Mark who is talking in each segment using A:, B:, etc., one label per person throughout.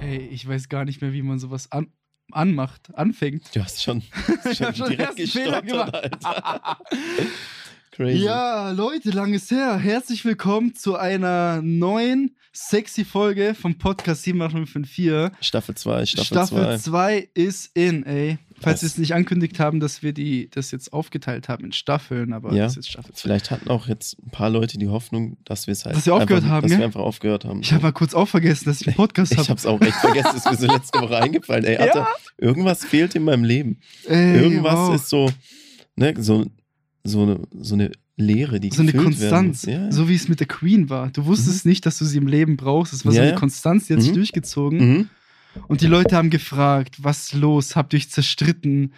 A: Ey, ich weiß gar nicht mehr, wie man sowas an anmacht, anfängt.
B: Du hast schon, hast schon
A: hab schon
B: direkt
A: den ersten Fehler
B: gestottert, Alter. Crazy.
A: Ja, Leute, lang ist her. Herzlich willkommen zu einer neuen sexy Folge vom Podcast 78554.
B: Staffel 2, Staffel
A: Staffel
B: 2.
A: 2 ist in, ey. Falls
B: Was?
A: wir es nicht angekündigt haben, dass wir die das jetzt aufgeteilt haben in Staffeln, aber
B: Ja.
A: das ist jetzt Staffel 2.
B: Vielleicht hatten auch jetzt ein paar Leute die Hoffnung, dass wir es halt
A: Dass wir aufgehört
B: einfach,
A: haben,
B: dass
A: gell?
B: wir einfach aufgehört haben.
A: Ich habe mal kurz auch vergessen, dass ich einen Podcast
B: ich
A: habe.
B: hab's auch echt vergessen, ist mir so letzte Woche eingefallen. Ey, Alter, irgendwas fehlt in meinem Leben. Irgendwas ist so, ne, so, so, eine, so eine Leere, die
A: so eine
B: gefüllt werden
A: Konstanz,
B: muss. Ja, ja.
A: so wie es mit der Queen war. Du wusstest nicht, dass du sie im Leben brauchst. Es war so
B: Ja,
A: eine
B: ja.
A: Konstanz, die hat sich
B: Mhm.
A: durchgezogen.
B: Mhm.
A: Und die Leute haben gefragt, was ist los? Habt ihr euch zerstritten?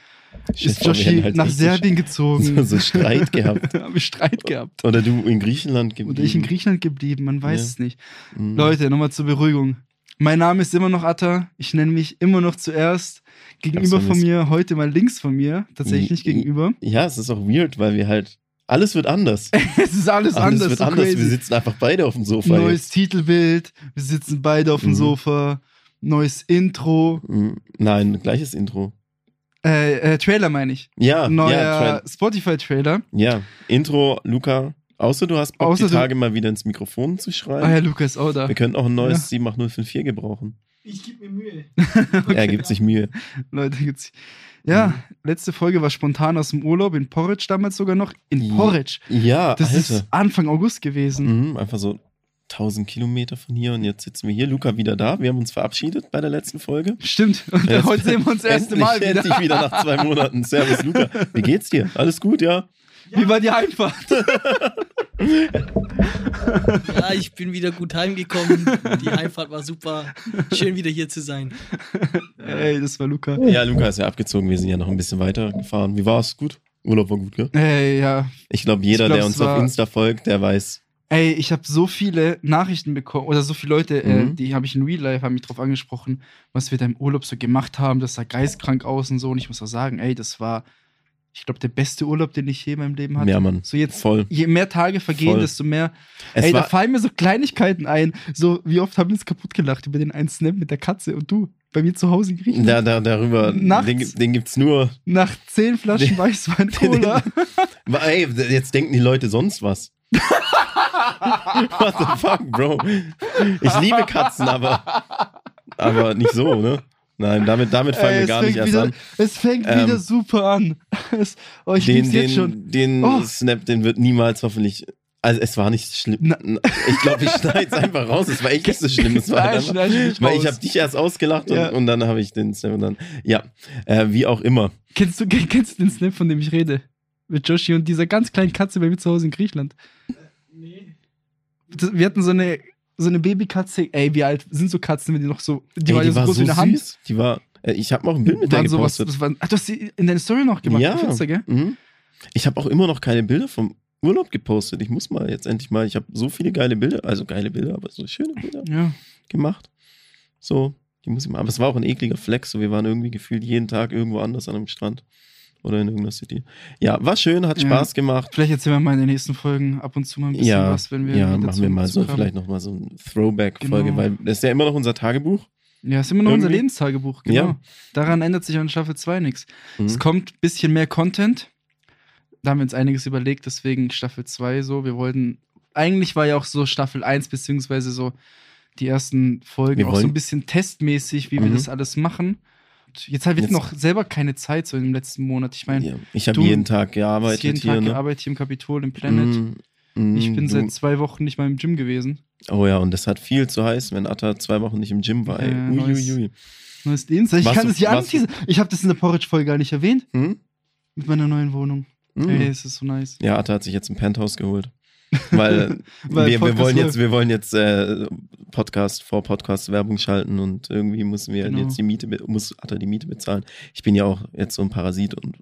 B: Stell
A: ist
B: dir vor, wir
A: Joshi
B: hätten halt
A: nach
B: richtig
A: Serbien gezogen?
B: so, so Streit gehabt.
A: haben wir Streit gehabt.
B: Oder du in Griechenland geblieben.
A: Und ich in Griechenland geblieben, man weiß
B: Ja.
A: es nicht.
B: Mhm.
A: Leute, nochmal zur Beruhigung. Mein Name ist immer noch Atta. Ich nenne mich immer noch zuerst. Gegenüber
B: Ganz
A: von
B: vermisst.
A: mir, heute mal links von mir, tatsächlich nicht
B: Mhm.
A: gegenüber.
B: Ja, es ist auch weird, weil wir halt. Alles wird anders.
A: Es ist alles,
B: Alles
A: anders.
B: wird
A: so
B: anders.
A: Crazy.
B: Wir sitzen einfach beide auf dem Sofa.
A: Neues Titelbild, wir sitzen beide auf dem
B: Mhm.
A: Sofa, neues Intro,
B: jetzt. Mhm. Nein, gleiches Intro.
A: äh, äh, Trailer meine ich.
B: Ja,
A: Neuer
B: ja, Trend.
A: Spotify-Trailer.
B: ja. Intro, Luca. Außer du hast Bock,
A: Außer
B: die
A: du-
B: Tage mal wieder ins Mikrofon zu schreien.
A: Ah ja, Lukas auch da.
B: Wir könnten auch ein neues
A: Ja.
B: 78054 gebrauchen.
C: Ich gebe mir Mühe.
B: Er gibt sich Mühe.
A: Leute, gibt's. Ja,
B: Mhm.
A: letzte Folge war spontan aus dem Urlaub in Porridge damals sogar noch. In
B: Ja,
A: Porridge.
B: Ja,
A: Das ist
B: Alter.
A: Anfang August gewesen.
B: Mhm, einfach so 1000 Kilometer von hier und jetzt sitzen wir hier. Luca wieder da. Wir haben uns verabschiedet bei der letzten Folge.
A: Stimmt. Und
B: Jetzt-
A: heute sehen wir uns das erste
B: endlich,
A: Mal wieder.
B: Endlich wieder nach zwei Monaten. Servus, Luca. Wie geht's dir? Alles gut, ja?
A: Wie war die Einfahrt?
C: Ja, Ah, ich bin wieder gut heimgekommen. Die Einfahrt war super. Schön wieder hier zu sein.
A: Ey, das war Luca.
B: Ja, Luca ist ja abgezogen. Wir sind ja noch ein bisschen weiter gefahren. Wie war's? Gut? Urlaub war gut, gell?
A: Ey, ja.
B: Ich glaube, jeder,
A: Ich glaub,
B: der
A: es
B: uns
A: war-
B: auf Insta folgt, der weiß.
A: Ey, ich habe so viele Nachrichten bekommen oder so viele Leute, äh,
B: Mhm.
A: die habe ich in Real Life, haben mich drauf angesprochen, was wir da im Urlaub so gemacht haben. Das sah geistkrank aus und so. Und ich muss auch sagen, ey, das war, ich glaube, der beste Urlaub, den ich je in meinem Leben hatte.
B: Ja, Mann.
A: So jetzt,
B: Voll.
A: je mehr Tage vergehen,
B: Voll.
A: desto mehr
B: Es
A: Ey, da
B: war,
A: fallen mir so Kleinigkeiten ein. So, wie oft haben wir uns kaputt gelacht über den einen Snap mit der Katze und du bei mir zu Hause in Griechenland.
B: da, da, darüber,
A: Nachts.
B: den, gibt- den gibt's nur.
A: Nach zehn Flaschen Weißwein Cola.
B: Ey, jetzt denken die Leute sonst was. What the fuck, Bro? Ich liebe Katzen, aber, aber nicht so, ne? Nein, damit, damit fangen
A: Ey,
B: wir
A: es
B: gar nicht
A: fängt
B: erst
A: wieder,
B: an.
A: Es fängt
B: Ähm,
A: wieder super an. Es, oh, ich lieb's
B: den,
A: jetzt schon.
B: den, den
A: Oh.
B: Snap, den wird niemals hoffentlich. Also es war nicht schlimm.
A: Na-
B: ich glaube, ich schneide es einfach raus. Es war echt nicht so schlimm. Es war halt
A: Nein,
B: einfach,
A: schneid ich nicht
B: weil ich
A: raus.
B: habe dich erst ausgelacht und,
A: Ja.
B: und dann habe ich den Snap und dann. Ja, äh, wie auch immer.
A: Kennst du, kennst du den Snap, von dem ich rede? Mit Joshi und dieser ganz kleinen Katze bei mir zu Hause in Griechenland.
C: Nee.
A: Das, wir hatten so eine, so eine Babykatze. Ey, wie alt sind so Katzen, wenn die noch so. Die waren ja so groß wie eine Hand.
B: süß. Die war. Äh, ich habe auch ein Bild mit der
A: Waren sowas-
B: gepostet.
A: das waren, ach, du hast sie in deine Story noch gemacht.
B: Ja.
A: auf Insta, gell?
B: Mhm. Ich habe auch immer noch keine Bilder vom Urlaub gepostet. Ich muss mal jetzt endlich mal. Ich habe so viele geile Bilder, also geile Bilder, aber so schöne Bilder.
A: Ja.
B: gemacht. So, die muss ich mal. Aber es war auch ein ekliger Flex. So, wir waren irgendwie gefühlt jeden Tag irgendwo anders an einem Strand oder in irgendeiner City. Ja, war schön, hat
A: Ja.
B: Spaß gemacht.
A: Vielleicht erzählen wir mal in den nächsten Folgen ab und zu mal ein bisschen
B: Ja,
A: was, wenn wir
B: ja,
A: wieder
B: machen wir
A: zu-
B: mal so
A: Zug haben.
B: vielleicht noch mal so ein Throwback-Folge,
A: Genau.
B: weil das ist ja immer noch unser Tagebuch.
A: Ja, ist immer noch unser
B: irgendwie-
A: Lebenstagebuch, genau.
B: Ja.
A: Daran ändert sich an Staffel 2 nichts. Es
B: Mhm.
A: kommt ein bisschen mehr Content. Da haben wir uns einiges überlegt, deswegen Staffel 2 so. Wir wollten, eigentlich war ja auch so Staffel 1 beziehungsweise so die ersten Folgen
B: Wir
A: auch so
B: wollen-
A: ein bisschen testmäßig, wie wir
B: Mhm.
A: das alles machen. Und Jetzt haben wir
B: Jetzt-
A: noch selber keine Zeit, so im letzten Monat. Ich meine,
B: Ja. Ich habe
A: du-
B: jeden Tag
A: ja,
B: gearbeitet
A: jeden
B: hier.
A: Tag
B: ne?
A: gearbeitet hier im Kapitol, im Planet.
B: Mm, mm,
A: Ich bin
B: du-
A: seit zwei Wochen nicht mal im Gym gewesen.
B: Oh ja, und das hat viel zu heiß, wenn Atta zwei Wochen nicht im Gym war. Ey.
A: Ja,
B: Uiuiuiui.
A: Neues Lebenszeichen. Ich
B: Warst
A: kann
B: du-
A: das hier
B: warst du-
A: anteasern. Ich habe das in der Porridge-Folge gar nicht erwähnt.
B: Hm?
A: Mit meiner neuen Wohnung.
B: Mm.
A: Ey, es ist so nice.
B: Ja, Atta hat sich jetzt ein Penthouse geholt. Weil,
A: Weil
B: wir, wir
A: Podcast
B: wollen
A: läuft.
B: jetzt, wir wollen jetzt äh, Podcast vor Podcast Werbung schalten und irgendwie müssen wir
A: Genau.
B: jetzt die Miete, be- muss Atta die Miete bezahlen. Ich bin ja auch jetzt so ein Parasit und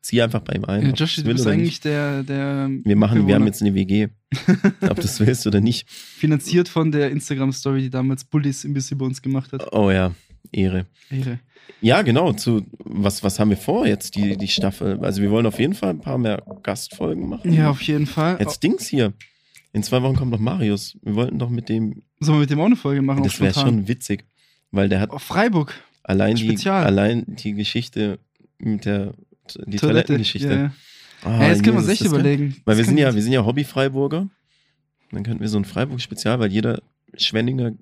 B: ziehe einfach bei ihm ein.
A: Ja,
B: ob
A: Josh,
B: das
A: du
B: will
A: bist
B: oder nicht.
A: eigentlich der, der.
B: Wir machen, wir haben
A: Mitbewohner.
B: jetzt eine WG. Ob das willst oder nicht.
A: Finanziert von der Instagram-Story, die damals Bullies ein bisschen bei uns gemacht hat.
B: Oh ja, Ehre.
A: Ehre.
B: Ja, genau. Zu was, was haben wir vor jetzt, die, die Staffel? Also wir wollen auf jeden Fall ein paar mehr Gastfolgen machen.
A: Ja, auf jeden Fall.
B: Jetzt Dings hier. In zwei Wochen kommt noch Marius. Wir wollten doch mit dem.
A: Oh, Sollen wir mit dem auch eine Folge machen? auch
B: Das wäre
A: spontan?
B: schon witzig. Weil der hat
A: Oh, Freiburg.
B: allein, die,
A: Spezial.
B: allein die Geschichte mit der die Toilettengeschichte.
A: Ja, ja.
B: Ah,
A: ja, jetzt können wir
B: Jesus,
A: uns echt
B: das kann-
A: überlegen.
B: Weil wir
A: Das
B: sind
A: kann-
B: ja, wir sind ja Hobby-Freiburger. Dann könnten wir so ein Freiburg-Spezial, weil jeder Schwenninger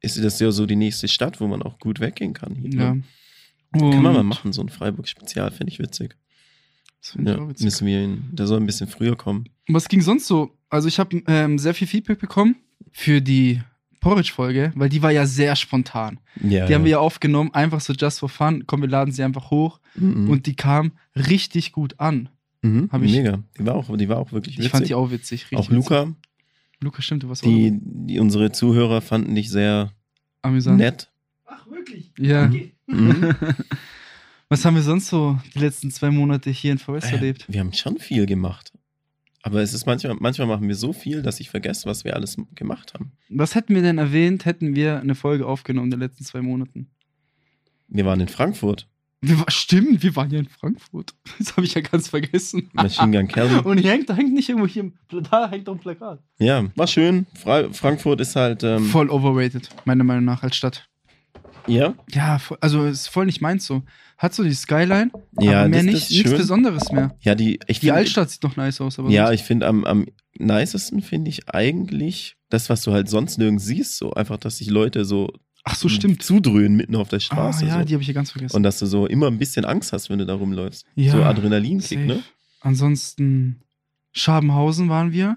B: ist das ja so die nächste Stadt, wo man auch gut weggehen kann. Hier,
A: Ja.
B: ne? Kann man mal
A: Und-
B: machen, so ein Freiburg-Spezial, finde ich witzig.
A: Das find ich
B: Ja,
A: auch witzig.
B: müssen wir ihn, der soll ein bisschen früher kommen.
A: Was ging sonst so? Also ich habe ähm, sehr viel Feedback bekommen für die Porridge-Folge, weil die war ja sehr spontan.
B: Ja,
A: Die haben wir ja aufgenommen, einfach so just for fun. Komm, wir laden sie einfach hoch.
B: mhm.
A: Und die kam richtig gut an.
B: mhm.
A: hab ich-
B: mega. Die war auch, die war auch wirklich
A: Ich
B: witzig.
A: fand die auch witzig. Richtig
B: auch Luca,
A: Witzig. Luca, stimmt, du warst
B: die, die unsere Zuhörer fanden dich sehr
A: auch amüsant.
B: nett.
D: Ach, wirklich?
A: Ja.
D: Okay.
B: Mhm.
A: Was haben wir sonst so die letzten zwei Monate hier in Forest
B: Äh,
A: erlebt?
B: Wir haben schon viel gemacht. Aber es ist manchmal, manchmal machen wir so viel, dass ich vergesse, was wir alles gemacht haben.
A: Was hätten wir denn erwähnt, hätten wir eine Folge aufgenommen in den letzten zwei Monaten?
B: Wir waren in Frankfurt,
A: Wir, wa- stimmt, wir waren ja in Frankfurt. Das habe ich ja ganz vergessen.
B: Machine Gun Kelly.
A: Und hier hängt, da hängt nicht irgendwo hier, im- da hängt doch ein Plakat.
B: Ja, war schön. Fra Frankfurt ist halt, ähm,
A: Voll overrated, meiner Meinung nach, als Stadt.
B: ja,
A: Ja, voll, also ist voll nicht meins so. Hat so die Skyline,
B: ja,
A: aber mehr
B: das,
A: nicht,
B: das ist
A: nichts
B: schön.
A: Besonderes mehr.
B: Ja, die, ich
A: Die
B: find-
A: Altstadt sieht noch nice aus, aber
B: Ja,
A: sonst-
B: ich finde am, am nicesten finde ich eigentlich das, was du halt sonst nirgends siehst, so einfach, dass sich Leute so,
A: ach so, stimmt.
B: zudröhnen mitten auf der
A: Ah,
B: Straße.
A: ja,
B: so.
A: die habe ich ja ganz vergessen.
B: Und dass du so immer ein bisschen Angst hast, wenn du da rumläufst.
A: Ja,
B: so Adrenalinkick,
A: Safe.
B: ne?
A: Ansonsten, Schabenhausen waren wir.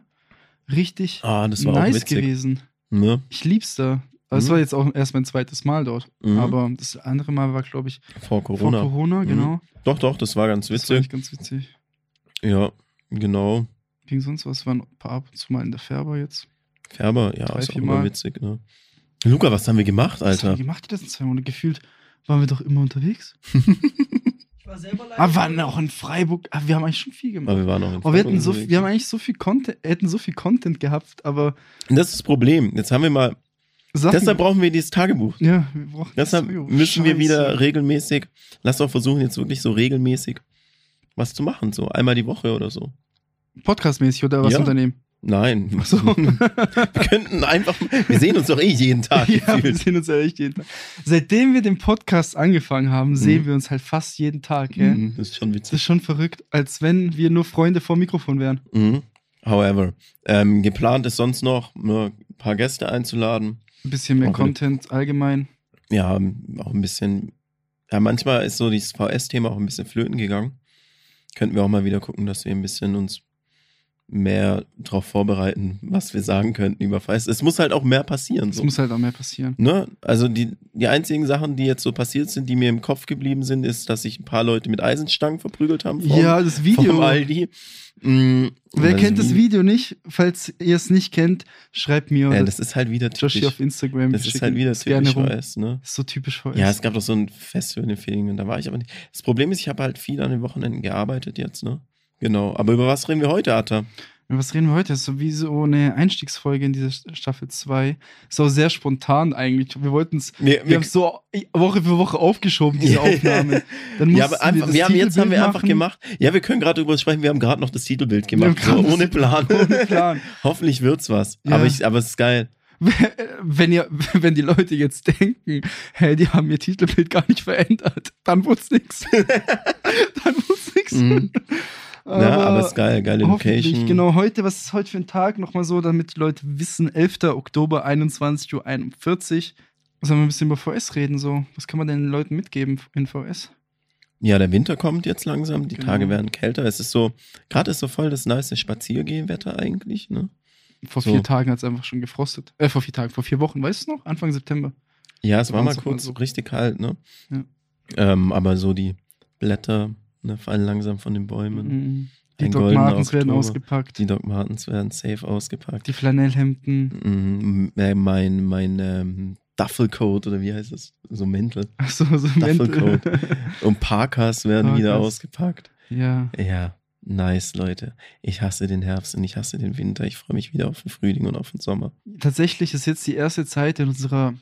A: Richtig
B: Ah, das war auch
A: nice
B: witzig.
A: gewesen.
B: Ne?
A: Ich lieb's da. Aber Es
B: Mhm.
A: war jetzt auch erst mein zweites Mal dort.
B: Mhm.
A: Aber das andere Mal war, glaube ich,
B: Vor Corona.
A: vor Corona,
B: Mhm.
A: genau.
B: Doch, doch, das war ganz
A: Das war
B: witzig.
A: echt ganz witzig.
B: Ja, genau.
A: Ging sonst was, waren ein paar ab und zu mal in der Färber jetzt.
B: Färber, ja,
A: Drei,
B: ist auch
A: vier
B: immer
A: Mal.
B: witzig, ne? Luca, was haben wir gemacht,
A: Was haben
B: Alter?
A: wir gemacht die letzten zwei Monate? Gefühlt waren wir doch immer unterwegs.
D: Ich war selber leider.
A: Ah, waren auch in Freiburg. Ah, wir haben eigentlich schon viel
B: Aber
A: gemacht.
B: wir waren noch in
A: Aber Oh, wir, hätten
B: Freiburg
A: so,
B: unterwegs.
A: wir haben eigentlich so viel Content, hätten so viel Content gehabt, aber
B: Und Das ist das Problem. Jetzt haben wir mal.
A: Sachen,
B: Deshalb brauchen wir dieses Tagebuch.
A: ja, wir brauchen
B: Deshalb
A: Sorry, oh,
B: müssen wir wieder
A: Scheiße.
B: regelmäßig. Lass doch versuchen, jetzt wirklich so regelmäßig was zu machen. So einmal die Woche oder so.
A: podcastmäßig oder was
B: Ja.
A: unternehmen.
B: Nein.
A: Ach so.
B: wir könnten einfach. Wir sehen uns doch eh jeden Tag.
A: ja, wir
B: gefühlt.
A: sehen uns ja echt jeden Tag. Seitdem wir den Podcast angefangen haben, sehen wir uns halt fast jeden Tag. Gell?
B: Mhm, Das ist schon
A: Das ist
B: witzig.
A: schon verrückt, als wenn wir nur Freunde vor Mikrofon wären.
B: Mhm. However, ähm, geplant ist sonst noch, nur ein paar Gäste einzuladen.
A: Ein bisschen mehr
B: Okay.
A: Content allgemein.
B: Ja, auch ein bisschen. Ja, manchmal ist so dieses VS-Thema auch ein bisschen flöten gegangen. Könnten wir auch mal wieder gucken, dass wir ein bisschen uns mehr darauf vorbereiten, was wir sagen könnten über VS. Es muss halt auch mehr passieren.
A: Es
B: So.
A: muss halt auch mehr passieren.
B: Ne? Also die, die einzigen Sachen, die jetzt so passiert sind, die mir im Kopf geblieben sind, ist, dass sich ein paar Leute mit Eisenstangen verprügelt haben. vorm-
A: Ja, das
B: Vom
A: Video.
B: Aldi. Mm,
A: Wer kennt das
B: Vi-
A: Video nicht? Falls ihr es nicht kennt, schreibt mir
B: Ja,
A: oder
B: das ist halt wieder
A: Joshi
B: typisch.
A: auf Instagram.
B: Das
A: Wir
B: ist
A: schicken
B: halt wieder
A: es gerne
B: typisch
A: rum.
B: VS, ne?
A: Ist so typisch VS.
B: Ja, es gab doch so ein Festival in den Ferien, da war ich aber nicht. Das Problem ist, ich habe halt viel an den Wochenenden gearbeitet jetzt, ne? Genau. Aber über was reden wir heute, Atta?
A: Und Was reden wir heute? Das ist sowieso eine Einstiegsfolge in diese Staffel 2. Ist auch sehr spontan eigentlich. Wir wollten es.
B: Wir,
A: Wir haben es so Woche für Woche aufgeschoben, diese
B: Ja.
A: Aufnahme. Dann
B: ja,
A: mussten
B: aber einfach,
A: das
B: wir haben jetzt haben
A: Titelbild
B: wir einfach
A: machen.
B: gemacht. Ja, wir können gerade darüber sprechen, wir haben gerade noch das Titelbild
A: Wir haben
B: gemacht. So,
A: gerade
B: ohne
A: das
B: Plan.
A: Ohne Plan.
B: Hoffentlich wird's was.
A: Ja.
B: Aber, ich, aber es ist geil.
A: Wenn, ihr, wenn die Leute jetzt denken, hey, die haben ihr Titelbild gar nicht verändert, dann wurd's nix. dann wurd's nix.
B: Mhm. ja, aber es ist geil, geile
A: hoffentlich,
B: Location.
A: Genau, heute, was ist heute für ein Tag? Nochmal so, damit die Leute wissen, 11. Oktober, 21.41 Uhr. Sollen wir ein bisschen über VS reden? So, was kann man denn den Leuten mitgeben in VS?
B: Ja, der Winter kommt jetzt langsam, die
A: Genau.
B: Tage werden kälter. Es ist so, gerade ist so voll das nice Spaziergehenwetter eigentlich, ne?
A: Vor
B: So.
A: vier Tagen hat es einfach schon gefrostet. Äh, vor vier Tagen, vor vier Wochen, weißt du noch? Anfang September.
B: Ja, es
A: Da
B: war mal
A: waren's auch mal
B: kurz
A: so.
B: richtig kalt, ne?
A: Ja.
B: Ähm, aber so die Blätter ne, fallen langsam von den Bäumen.
A: Mhm.
B: Ein
A: Die Doc
B: goldener
A: Martens werden
B: Oktober.
A: ausgepackt,
B: Die Doc Martens werden safe ausgepackt.
A: die Flanellhemden.
B: Mhm, äh, mein mein ähm, Duffelcoat oder wie heißt das? So Mäntel.
A: Achso, so Mäntel.
B: Duffelcoat. Und Parkas werden wieder
A: Parkas.
B: ausgepackt.
A: Ja.
B: Ja, nice, Leute. Ich hasse den Herbst und ich hasse den Winter. Ich freue mich wieder auf den Frühling und auf den Sommer.
A: tatsächlich ist jetzt die erste Zeit in unserer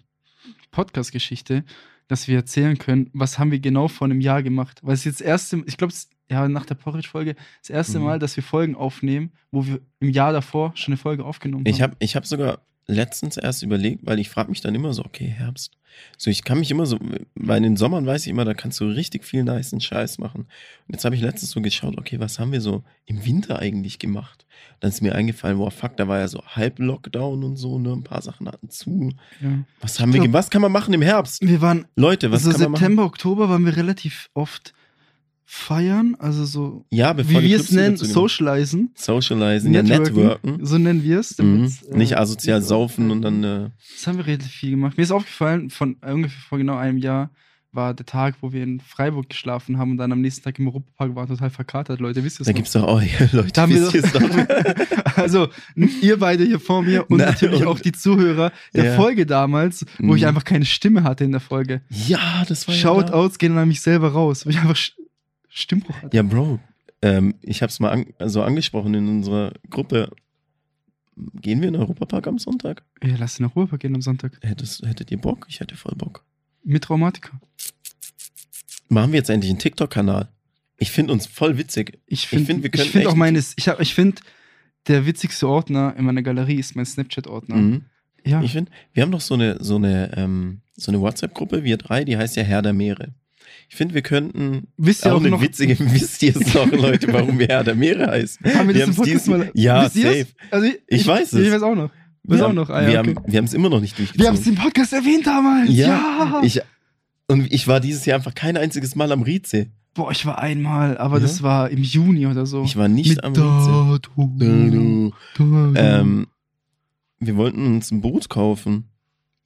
A: Podcast-Geschichte, dass wir erzählen können, was haben wir genau vor einem Jahr gemacht. Weil es jetzt das erste, ich glaube, ja, nach der Porridge-Folge, das erste
B: Mhm.
A: Mal, dass wir Folgen aufnehmen, wo wir im Jahr davor schon eine Folge aufgenommen
B: Ich
A: haben.
B: habe ich hab sogar letztens erst überlegt, weil ich frage mich dann immer so, okay, Herbst. So, ich kann mich immer so, weil in den Sommern weiß ich immer, da kannst du richtig viel niceen Scheiß machen. Und jetzt habe ich letztens so geschaut, okay, was haben wir so im Winter eigentlich gemacht? Dann ist mir eingefallen, wow, fuck, da war ja so halb Lockdown und so, ne, ein paar Sachen hatten zu.
A: Ja.
B: Was haben wir,
A: Glaub-
B: ge- was kann man machen im Herbst?
A: Wir waren,
B: Leute, was
A: also
B: kann man machen?
A: September, Oktober waren wir relativ oft feiern, also so,
B: Ja, bevor
A: wie
B: die
A: wir
B: Clubs
A: es nennen,
B: wieder zu-
A: socializen.
B: Socializen, genau. ja, networken.
A: So nennen wir es.
B: Mhm.
A: damit's, äh,
B: Nicht asozial saufen und dann, äh,
A: Das haben wir relativ viel gemacht. Mir ist aufgefallen, von ungefähr vor genau einem Jahr war der Tag, wo wir in Freiburg geschlafen haben und dann am nächsten Tag im Europapark waren, total verkatert, Leute. Wisst ihr
B: da
A: das?
B: gibt's doch auch, Leute,
A: Da haben wir
B: wisst ihr's doch.
A: noch? also, n- ihr beide hier vor mir und
B: Nein,
A: natürlich
B: und-
A: auch die Zuhörer der
B: Ja.
A: Folge damals, wo ich
B: Mhm.
A: einfach keine Stimme hatte in der Folge.
B: ja, das war ja. da.
A: Shoutouts gehen an mich selber raus, weil ich einfach Sch- Stimmbruch hatte.
B: Ja, Bro, ähm, ich hab's mal an, so angesprochen in unserer Gruppe. Gehen wir in den Europapark am Sonntag?
A: Ja, lass den nach Ruhrpark gehen am Sonntag.
B: Hättest, hättet ihr Bock? Ich hätte voll Bock.
A: Mit Traumatiker.
B: Machen wir jetzt endlich einen TikTok-Kanal. Ich finde uns voll witzig.
A: Ich finde
B: find, wir
A: ich
B: könnten
A: find auch
B: echt-
A: meines, ich, hab- ich finde, der witzigste Ordner in meiner Galerie ist mein Snapchat-Ordner.
B: Mhm.
A: Ja.
B: Ich finde, wir haben doch so eine, so eine, ähm, so eine WhatsApp-Gruppe, wir drei, die heißt ja Herr der Meere. Ich finde, wir könnten
A: Wisst ihr
B: auch
A: auch,
B: eine
A: noch,
B: witzige, wisst ihr es noch, Leute, warum wir Herr der Meere heißen?
A: haben wir,
B: wir
A: das im
B: haben's
A: Podcast
B: diesen-
A: mal.
B: Ja,
A: wisst ihr
B: safe.
A: das? Also, ich,
B: Ich weiß es.
A: Ich weiß auch noch. Weiß
B: Wir
A: auch
B: haben-
A: noch. Ah, ja,
B: wir
A: okay.
B: haben- wir haben es immer noch nicht
A: wir haben
B: durchgezogen.
A: es im Podcast erwähnt damals. Ja.
B: Ja, Ich, und ich war dieses Jahr einfach kein einziges Mal am Rize.
A: Boah, ich war einmal, aber
B: Ja?
A: das war im Juni oder so.
B: Ich war nicht
A: Mit
B: am Rize.
A: da,
B: Du,
A: du,
B: du.
A: da, du.
B: Ähm, wir wollten uns ein Boot kaufen.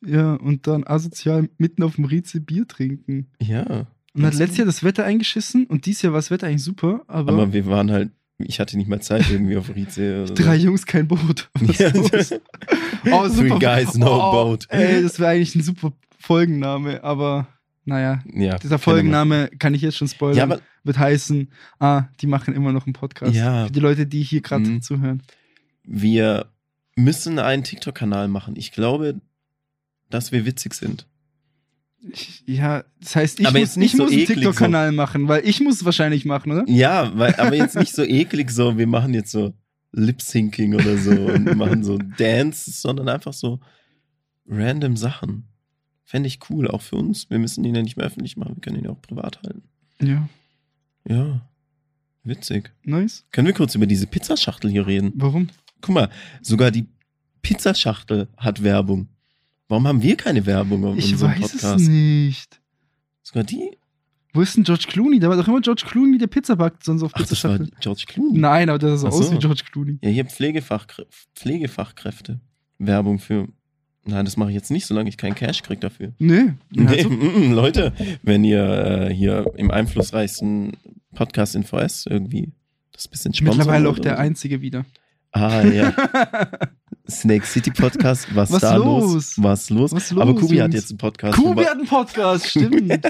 A: Ja, und dann asozial mitten auf dem Rize Bier trinken.
B: Ja.
A: Und hat
B: Das-
A: letztes Jahr das Wetter eingeschissen und dieses Jahr war das Wetter eigentlich super, aber,
B: Aber wir waren halt, ich hatte nicht mal Zeit irgendwie auf Rize. Oder so.
A: drei Jungs kein Boot. Was
B: Ja.
A: ist los? Oh,
B: Three guys, no
A: oh,
B: boat.
A: Ey, das wäre eigentlich ein super Folgenname, aber naja. Dieser
B: Ja, keine Ahnung.
A: Folgenname kann ich jetzt schon spoilern.
B: Ja, aber
A: wird heißen, ah, die machen immer noch einen Podcast.
B: Ja.
A: Für die Leute, die hier gerade
B: Mhm.
A: zuhören.
B: wir müssen einen TikTok-Kanal machen. Ich glaube, dass wir witzig sind.
A: Ich, ja, das heißt, ich
B: Aber
A: muss,
B: jetzt nicht
A: ich
B: so
A: muss einen
B: eklig
A: TikTok-Kanal machen, weil ich muss es wahrscheinlich machen, oder?
B: Ja, weil, aber jetzt nicht so eklig so, wir machen jetzt so Lip-Syncing oder so und machen so Dances, sondern einfach so random Sachen. Fände ich cool, auch für uns. Wir müssen ihn ja nicht mehr öffentlich machen, wir können ihn ja auch privat halten.
A: Ja.
B: Ja, witzig.
A: Nice.
B: Können wir kurz über diese Pizzaschachtel hier reden?
A: Warum?
B: Guck mal, sogar die Pizzaschachtel hat Werbung. Warum haben wir keine Werbung auf
A: Ich
B: unserem
A: weiß
B: Podcast?
A: es nicht.
B: Sogar die?
A: Wo ist denn George Clooney? Da war doch immer George Clooney, der Pizza backt, sonst auf
B: Ach,
A: Pizza
B: das war
A: schafft.
B: George Clooney.
A: Nein, aber das sah
B: Ach
A: aus
B: so.
A: wie George Clooney.
B: Ja, hier Pflegefachkrä Pflegefachkräfte. Werbung für. Nein, das mache ich jetzt nicht, solange ich keinen Cash kriege dafür.
A: Nee. Also Ja,
B: Nee,
A: so.
B: mm, mm, Leute, wenn ihr äh, hier im einflussreichsten Podcast in VS irgendwie das bisschen sponsern
A: Mittlerweile auch
B: wollt
A: der
B: oder so.
A: einzige wieder.
B: Ah, ja. Snake City Podcast, was,
A: Was
B: da los?
A: los?
B: Was los?
A: Was
B: Aber
A: los,
B: Kubi hat
A: Jungs?
B: jetzt einen Podcast.
A: Kubi
B: wobei-
A: hat einen Podcast, stimmt.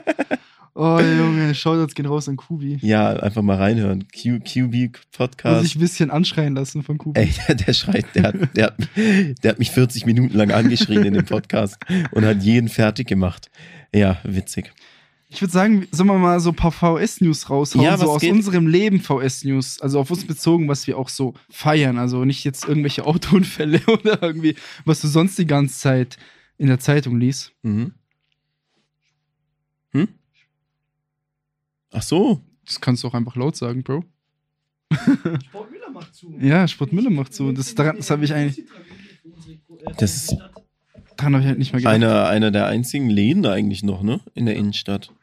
A: oh, Junge, Shoutouts gehen raus an Kubi.
B: ja, einfach mal reinhören. Q QB
A: Muss
B: Podcast.
A: ich ein bisschen anschreien lassen von Kubi.
B: Ey, der, der schreit, der hat, der, hat, der hat mich 40 Minuten lang angeschrien in dem Podcast und hat jeden fertig gemacht. Ja, witzig.
A: Ich würde sagen, sollen wir mal so ein paar VS-News raushauen,
B: Ja,
A: so
B: was
A: aus
B: geht?
A: unserem Leben VS-News, also auf uns bezogen, was wir auch so feiern, also nicht jetzt irgendwelche Autounfälle oder irgendwie, was du sonst die ganze Zeit in der Zeitung liest.
B: Mhm. Hm? Ach so.
A: Das kannst du auch einfach laut sagen, Bro.
D: Sport Müller macht zu.
A: Ja, Sport Müller macht so. Das, daran, das habe ich eigentlich,
B: Das ist-
A: daran habe ich halt nicht mehr gedacht.
B: Einer, einer der einzigen Läden da eigentlich noch, ne? In der Innenstadt.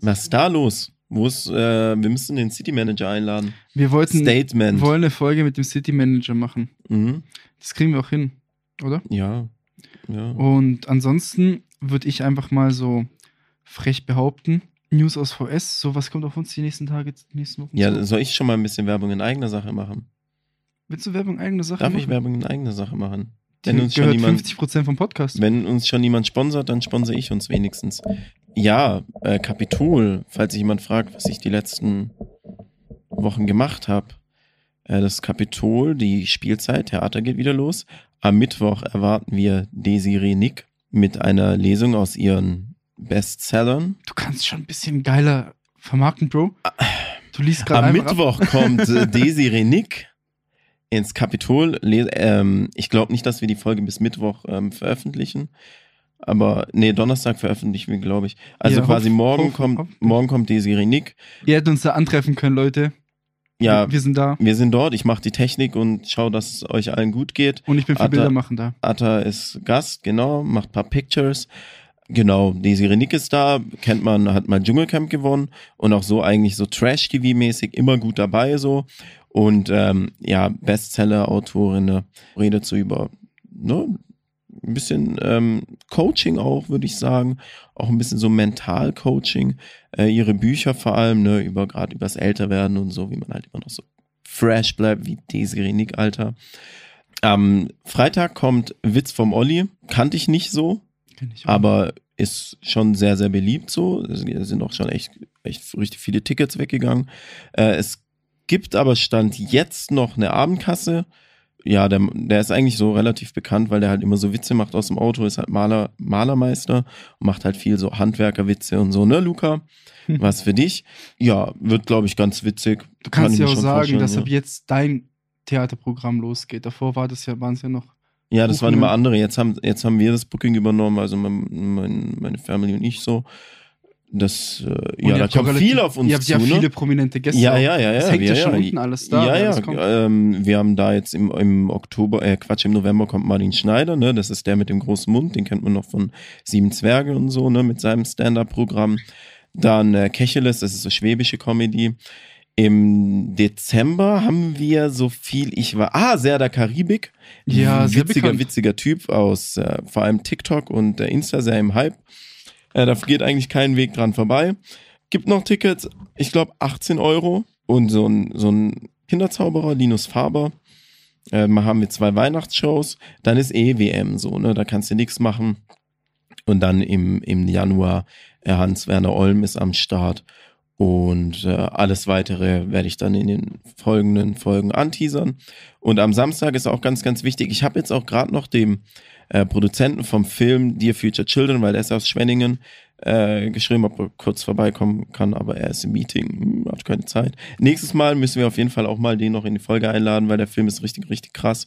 B: Was ist da los? Wo ist, äh, wir müssen den City Manager einladen.
A: wir wollten,
B: Statement.
A: wollen eine Folge mit dem City Manager machen.
B: Mhm.
A: Das kriegen wir auch hin, oder?
B: Ja. ja.
A: Und ansonsten würde ich einfach mal so frech behaupten, News aus VS, so was kommt auf uns die nächsten Tage, die nächsten Wochen.
B: Ja,
A: zu?
B: soll ich schon mal ein bisschen Werbung in eigener Sache machen?
A: Willst du Werbung eigene Sache
B: Darf ich
A: machen?
B: Werbung in eigener Sache machen?
A: Die
B: Wenn uns schon
A: gehört
B: jemand-
A: 50% vom Podcast.
B: Wenn uns schon niemand sponsert, dann sponsere ich uns wenigstens. Ja, äh, Kapitol, falls sich jemand fragt, was ich die letzten Wochen gemacht habe. Äh, das Kapitol, die Spielzeit, Theater geht wieder los. Am Mittwoch erwarten wir Desiree Nick mit einer Lesung aus ihren Bestsellern.
A: Du kannst schon ein bisschen geiler vermarkten, Bro. Du liest gerade
B: Am
A: einfach ab.
B: Mittwoch kommt äh, Desiree Nick ins Kapitol. Le ähm, ich glaube nicht, dass wir die Folge bis Mittwoch ähm, veröffentlichen. Aber nee, Donnerstag veröffentlichen wir, glaube ich. Also
A: Ja,
B: quasi
A: hoff-
B: morgen
A: hoff-
B: kommt
A: hoff-
B: morgen kommt Desiree Nick.
A: Ihr hättet uns da antreffen können, Leute.
B: Ja,
A: Wir, wir sind da.
B: wir sind dort. Ich mache die Technik und schaue, dass es euch allen gut geht.
A: Und ich bin für
B: Alter.
A: Bilder machen da.
B: Atta ist Gast, genau, macht ein paar Pictures. Genau, Desiree Nick ist da, kennt man, hat mal Dschungelcamp gewonnen und auch so eigentlich so Trash-TV-mäßig immer gut dabei so. Und ähm, ja, Bestseller-Autorin, ne, redet so über ne, ein bisschen ähm, Coaching auch, würde ich sagen. Auch ein bisschen so Mental-Coaching. Äh, ihre Bücher vor allem, ne, über gerade übers Älterwerden und so, wie man halt immer noch so fresh bleibt, wie Desiree Nick, Alter. Am Freitag kommt Witz vom Olli. Kannte ich nicht so,
A: Kenn ich auch.
B: aber ist schon sehr, sehr beliebt so. Es sind auch schon echt, echt richtig viele Tickets weggegangen. Äh, es gibt aber Stand jetzt noch eine Abendkasse. Ja, der, der ist eigentlich so relativ bekannt, weil der halt immer so Witze macht aus dem Auto, ist halt Maler, Malermeister und macht halt viel so Handwerkerwitze und so, ne, Luca?
A: Hm.
B: Was für dich? Ja, wird, glaube ich, ganz witzig.
A: Du
B: Kann
A: kannst
B: ich
A: ja
B: mir
A: auch
B: schon
A: sagen,
B: vorstellen,
A: dass
B: ja.
A: ab jetzt dein Theaterprogramm losgeht. Davor war das ja, waren es ja noch.
B: Ja, das waren
A: Buchungen.
B: immer andere. Jetzt haben, jetzt haben wir das Booking übernommen, also mein, mein, meine Family und ich so. Das, äh,
A: Und
B: ja,
A: ihr
B: da
A: habt ja
B: kommt
A: relativ-
B: viel auf uns
A: Ihr habt
B: zu.
A: ja
B: ne?
A: viele prominente Gäste.
B: ja,
A: auch.
B: ja, ja, ja.
A: Das hängt ja
B: ja,
A: schon unten alles da,
B: Ja,
A: wer
B: ja.
A: das kommt.
B: ähm, wir haben da jetzt im, im Oktober, äh, Quatsch, im November kommt Martin Schneider, ne? Das ist der mit dem großen Mund, den kennt man noch von Sieben Zwerge und so, ne? Mit seinem Stand-Up-Programm. Dann äh, Kecheles, das ist so schwäbische Comedy. Im Dezember haben wir so viel, ich war, ah, sehr der Karibik.
A: Ja, sehr
B: witziger,
A: bekannt.
B: witziger Typ aus äh, vor allem TikTok und der Insta sehr im Hype. Äh, da geht eigentlich kein Weg dran vorbei. Gibt noch Tickets, ich glaube 18 Euro und so ein, so ein Kinderzauberer, Linus Faber. Ähm, haben wir zwei Weihnachtsshows, dann ist eh WM so, ne? Da kannst du nichts machen. Und dann im, im Januar äh, Hans-Werner Olm ist am Start. Und äh, alles weitere werde ich dann in den folgenden Folgen anteasern. Und am Samstag ist auch ganz, ganz wichtig. Ich habe jetzt auch gerade noch dem äh, Produzenten vom Film Dear Future Children, weil der ist ja aus Schwenningen, äh, geschrieben, ob er kurz vorbeikommen kann, aber er ist im Meeting, hm, hat keine Zeit. Nächstes Mal müssen wir auf jeden Fall auch mal den noch in die Folge einladen, weil der Film ist richtig, richtig krass.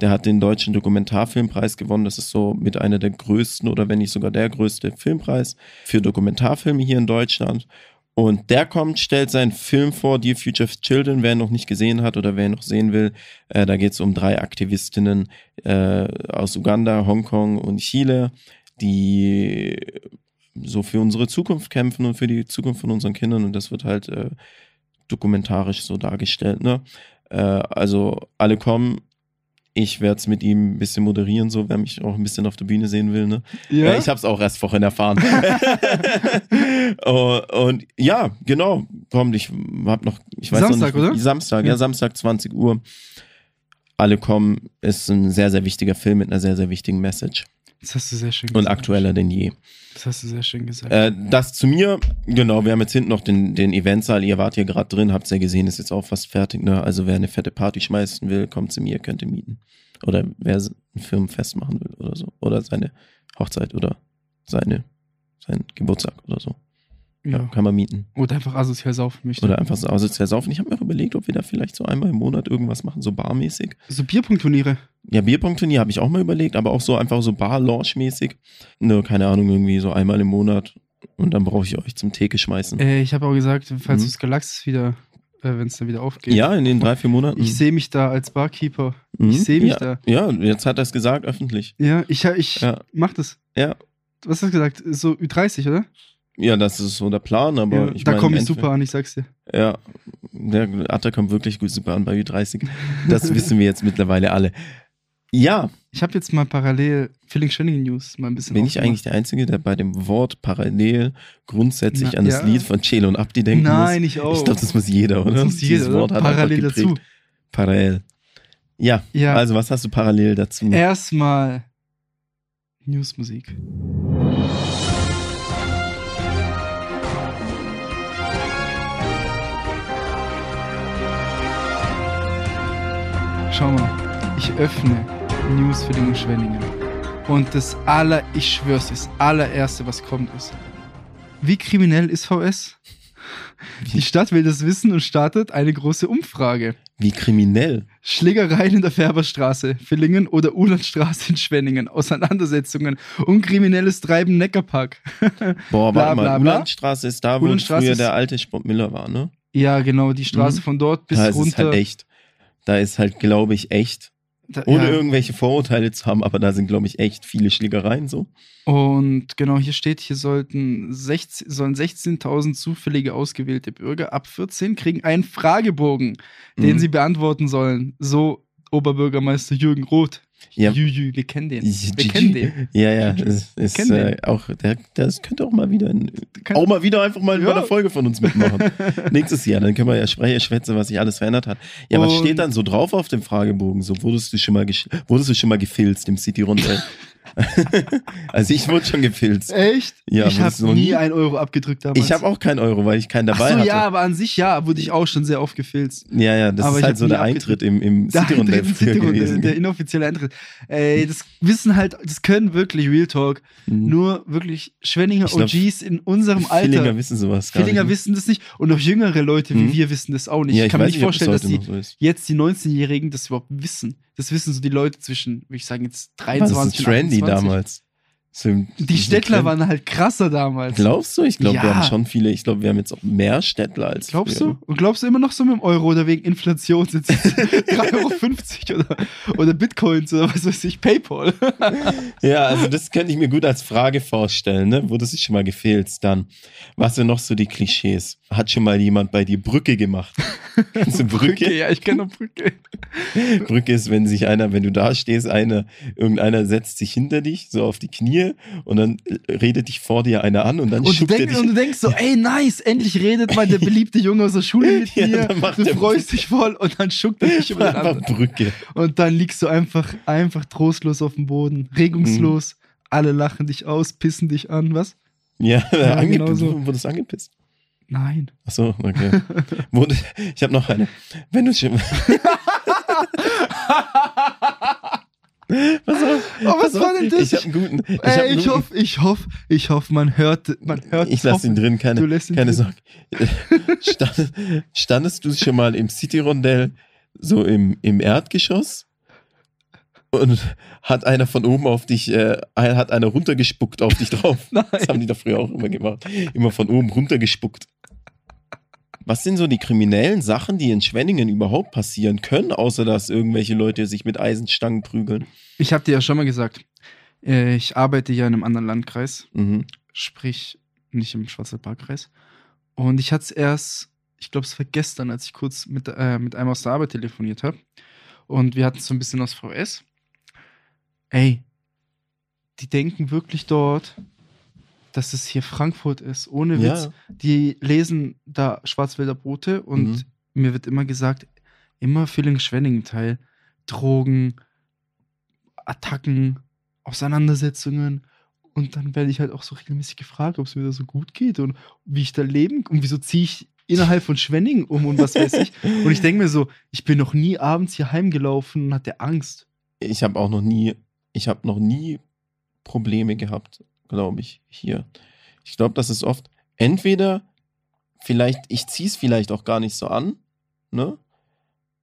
B: Der hat den deutschen Dokumentarfilmpreis gewonnen. Das ist so mit einer der größten oder wenn nicht sogar der größte Filmpreis für Dokumentarfilme hier in Deutschland. Und der kommt, stellt seinen Film vor, Dear Future Children, wer ihn noch nicht gesehen hat oder wer ihn noch sehen will. Äh, da geht es um drei Aktivistinnen äh, aus Uganda, Hongkong und Chile, die so für unsere Zukunft kämpfen und für die Zukunft von unseren Kindern. Und das wird halt äh, dokumentarisch so dargestellt. Ne? Äh, also alle kommen. Ich werde es mit ihm ein bisschen moderieren, so wer mich auch ein bisschen auf der Bühne sehen will. Ne?
A: Ja?
B: Äh, Ich habe es auch erst vorhin erfahren. oh, und ja, genau. Komm, ich hab noch. Ich weiß
A: Samstag,
B: noch nicht,
A: oder?
B: Samstag, ja.
A: Ja.
B: Samstag, 20 Uhr. Alle kommen. Ist ein sehr, sehr wichtiger Film mit einer sehr, sehr wichtigen Message.
A: das hast du sehr schön
B: Und
A: gesagt.
B: aktueller denn je.
A: Das hast du sehr schön gesagt.
B: Äh, das zu mir, genau, wir haben jetzt hinten noch den, den Eventsaal, ihr wart hier gerade drin, habt's ja gesehen, ist jetzt auch fast fertig, ne? Also wer eine fette Party schmeißen will, kommt zu mir, könnt ihr mieten. Oder wer s- ein Firmenfest machen will oder so. Oder seine Hochzeit oder seine, seinen Geburtstag oder so. Ja.
A: ja.
B: kann man mieten.
A: Oder einfach asozial saufen möchte.
B: Oder einfach so asozial saufen. Ich habe mir auch überlegt, ob wir da vielleicht so einmal im Monat irgendwas machen, so barmäßig.
A: So Bierpunktturniere.
B: Ja, Bierpunktturnier habe ich auch mal überlegt, aber auch so einfach so Bar-Launch-mäßig. Ne, keine Ahnung, irgendwie so einmal im Monat. Und dann brauche ich euch zum Theke schmeißen.
A: Äh, ich habe auch gesagt, falls
B: Mhm.
A: uns Galaxis wieder, äh, wenn es dann wieder aufgeht.
B: Ja, Mhm. in den drei, vier Monaten.
A: Ich sehe mich da als Barkeeper.
B: Mhm.
A: Ich sehe mich
B: ja.
A: da.
B: Ja, jetzt hat er es gesagt, öffentlich.
A: Ja, ich, ich
B: Ja.
A: mach das.
B: Ja.
A: Was hast du gesagt? So Ü30, oder?
B: Ja, das ist so der Plan, aber
A: ja,
B: ich
A: da
B: meine,
A: komme
B: im
A: ich super an, ich sag's dir.
B: Endeffekt- Ja, der Atta kommt wirklich gut super an bei U30. Das wissen wir jetzt mittlerweile alle. Ja,
A: Ich habe jetzt mal parallel Feeling Schönning News mal ein bisschen.
B: bin ich
A: aufgemacht.
B: eigentlich der Einzige, der bei dem Wort parallel grundsätzlich
A: Na,
B: an das
A: ja.
B: Lied von Chelo und Abdi denken
A: Nein, ich auch.
B: muss? Ich glaube, das muss jeder, oder?
A: Das muss jeder,
B: Dieses Wort
A: oder?
B: hat einfach
A: Parallel
B: geprägt.
A: dazu.
B: Parallel. Ja,
A: Ja.
B: also was hast du parallel dazu?
A: Erstmal Newsmusik. Schau mal, ich öffne News für den Schwenningen. Und das aller, ich schwör's, das allererste, was kommt, ist: Wie kriminell ist VS? Die Stadt will das wissen und startet eine große Umfrage.
B: Wie kriminell.
A: Schlägereien in der Färberstraße, Villingen oder Uhlandstraße in Schwenningen, Auseinandersetzungen und kriminelles Treiben im Neckarpark.
B: Boah,
A: Bla, bla,
B: warte mal.
A: bla.
B: Ulandstraße ist da, wo
A: Ulandstraße
B: früher
A: ist-
B: der alte Sportmiller war, ne?
A: ja, genau, die Straße
B: Mhm.
A: von dort bis
B: da ist es
A: runter.
B: halt echt. Da ist halt, glaube ich, echt.
A: Da-
B: Ohne
A: ja.
B: irgendwelche Vorurteile zu haben, aber da sind, glaube ich, echt viele Schlägereien so.
A: Und genau hier steht, hier sollten 16, sollen 16.000 zufällige ausgewählte Bürger ab 14 kriegen einen Fragebogen, den
B: Mhm.
A: sie beantworten sollen. So Oberbürgermeister Jürgen Roth.
B: Ja.
A: Juju, wir kennen den. Wir
B: GG.
A: kennen den.
B: Ja, ja, das ist
A: kennen
B: äh, auch, der, das könnte auch mal wieder, in,
A: Kann-
B: auch mal wieder einfach mal
A: Ja.
B: bei der Folge von uns mitmachen. Nächstes Jahr, dann können wir ja sprechen, schwätzen, was sich alles verändert hat. Ja, was
A: Und-
B: steht dann so drauf auf dem Fragebogen? So, wurdest du schon mal, gesch- wurdest du schon mal gefilzt im City Rundell? also ich wurde schon gefilzt.
A: Echt?
B: Ja,
A: ich
B: wurdest du
A: habe
B: noch
A: nie
B: nie-
A: einen Euro abgedrückt damals.
B: Ich habe auch keinen Euro, weil ich keinen
A: Ach
B: dabei
A: so,
B: hatte.
A: ja, aber an sich ja, wurde ich auch schon sehr oft gefilzt.
B: ja, ja, das
A: Aber ich
B: ist
A: hab
B: halt so
A: nie
B: der
A: abgedrückt.
B: Eintritt im, im
A: Der
B: City Rundell
A: Eintritt in
B: früher
A: City Runde,
B: gewesen.
A: der inoffizielle Eintritt. Ey, das wissen halt, das können wirklich Real Talk.
B: Mhm.
A: Nur wirklich Schwenninger
B: Ich glaub,
A: OGs in unserem
B: Villinger
A: Alter.
B: wissen sowas gar
A: Villinger
B: nicht.
A: wissen das nicht. Und auch jüngere Leute wie
B: Mhm.
A: wir wissen das auch nicht.
B: ja,
A: ich kann mir
B: weiß
A: nicht vorstellen,
B: ob ne?
A: dass
B: es heute
A: die
B: noch so ist.
A: jetzt die 19-Jährigen das überhaupt wissen. Das wissen so die Leute zwischen, würde ich sagen, jetzt
B: War das ist
A: 23
B: trendy
A: und 28.
B: damals. So-
A: Die
B: so
A: Städtler
B: trendy.
A: waren halt krasser damals.
B: Glaubst du? Ich glaube,
A: Ja.
B: wir haben schon viele. Ich glaube, wir haben jetzt auch mehr Städtler als
A: Glaubst
B: früher.
A: du? Und glaubst du immer noch so mit dem Euro oder wegen Inflation sind es 3,50 Euro oder, oder Bitcoins oder was weiß ich, Paypal?
B: Ja, also das könnte ich mir gut als Frage vorstellen. Ne? Wurde sich schon mal gefehlt dann? Was sind noch so die Klischees? Hat schon mal jemand bei dir Brücke gemacht? Kennst du Brücke?
A: ja, ich kenne noch Brücke.
B: Brücke ist, wenn sich einer, wenn du da stehst, einer, irgendeiner setzt sich hinter dich, so auf die Knie und dann äh, redet dich vor dir einer an und dann
A: Und du,
B: schubt er
A: denk,
B: dich.
A: und du denkst so, ey, nice, endlich redet mal der beliebte Junge aus der Schule mit
B: Ja,
A: mir.
B: dann macht
A: Du
B: der-
A: freust dich voll und dann schuckt er dich über den
B: Einfach
A: anderen.
B: Brücke.
A: Und dann liegst du einfach, einfach trostlos auf dem Boden, regungslos.
B: Mhm.
A: Alle lachen dich aus, pissen dich an, was?
B: Ja,
A: Ja,
B: ange-
A: genau so.
B: wurdest du angepisst.
A: Nein.
B: Ach so, okay. Wurde, ich habe noch eine. Wenn du schon. Pass auf,
A: Oh, was
B: pass auf,
A: war denn das?
B: Ich habe einen guten. Ich, hab
A: Ey,
B: einen
A: ich
B: guten-
A: hoffe, ich hoffe, ich hoffe, man hört, man hört.
B: Ich lasse ihn drin,
A: Du
B: keine,
A: lässt ihn
B: keine
A: drin.
B: Sorge. Stand, standest du schon mal im City-Rondell so im, im Erdgeschoss? Und hat einer von oben auf dich, äh, ein- hat einer runtergespuckt auf dich drauf? Das haben die da früher auch immer gemacht. Immer von oben runtergespuckt. Was sind so die kriminellen Sachen, die in Schwenningen überhaupt passieren können, außer dass irgendwelche Leute sich mit Eisenstangen prügeln?
A: Ich habe dir ja schon mal gesagt, äh, ich arbeite ja in einem anderen Landkreis,
B: Mhm.
A: sprich nicht im Schwarzwaldparkkreis. Und ich hatte es erst, ich glaube, es war gestern, als ich kurz mit, äh, mit einem aus der Arbeit telefoniert habe. Und wir hatten so ein bisschen aus VS. Ey, die denken wirklich dort, dass es hier Frankfurt ist, ohne Witz.
B: Ja.
A: Die lesen da Schwarzwälder Brote und
B: Mhm.
A: mir wird immer gesagt, immer Filling-Schwenningen-Teil. Drogen, Attacken, Auseinandersetzungen. Und dann werde ich halt auch so regelmäßig gefragt, ob es mir da so gut geht und wie ich da leben und wieso ziehe ich innerhalb von Schwenningen um und was weiß ich. Und ich denke mir so, ich bin noch nie abends hier heimgelaufen und hatte Angst.
B: Ich habe auch noch nie, ich habe noch nie Probleme gehabt, glaube ich, hier. Ich glaube, das ist oft entweder vielleicht, ich ziehe es vielleicht auch gar nicht so an, ne?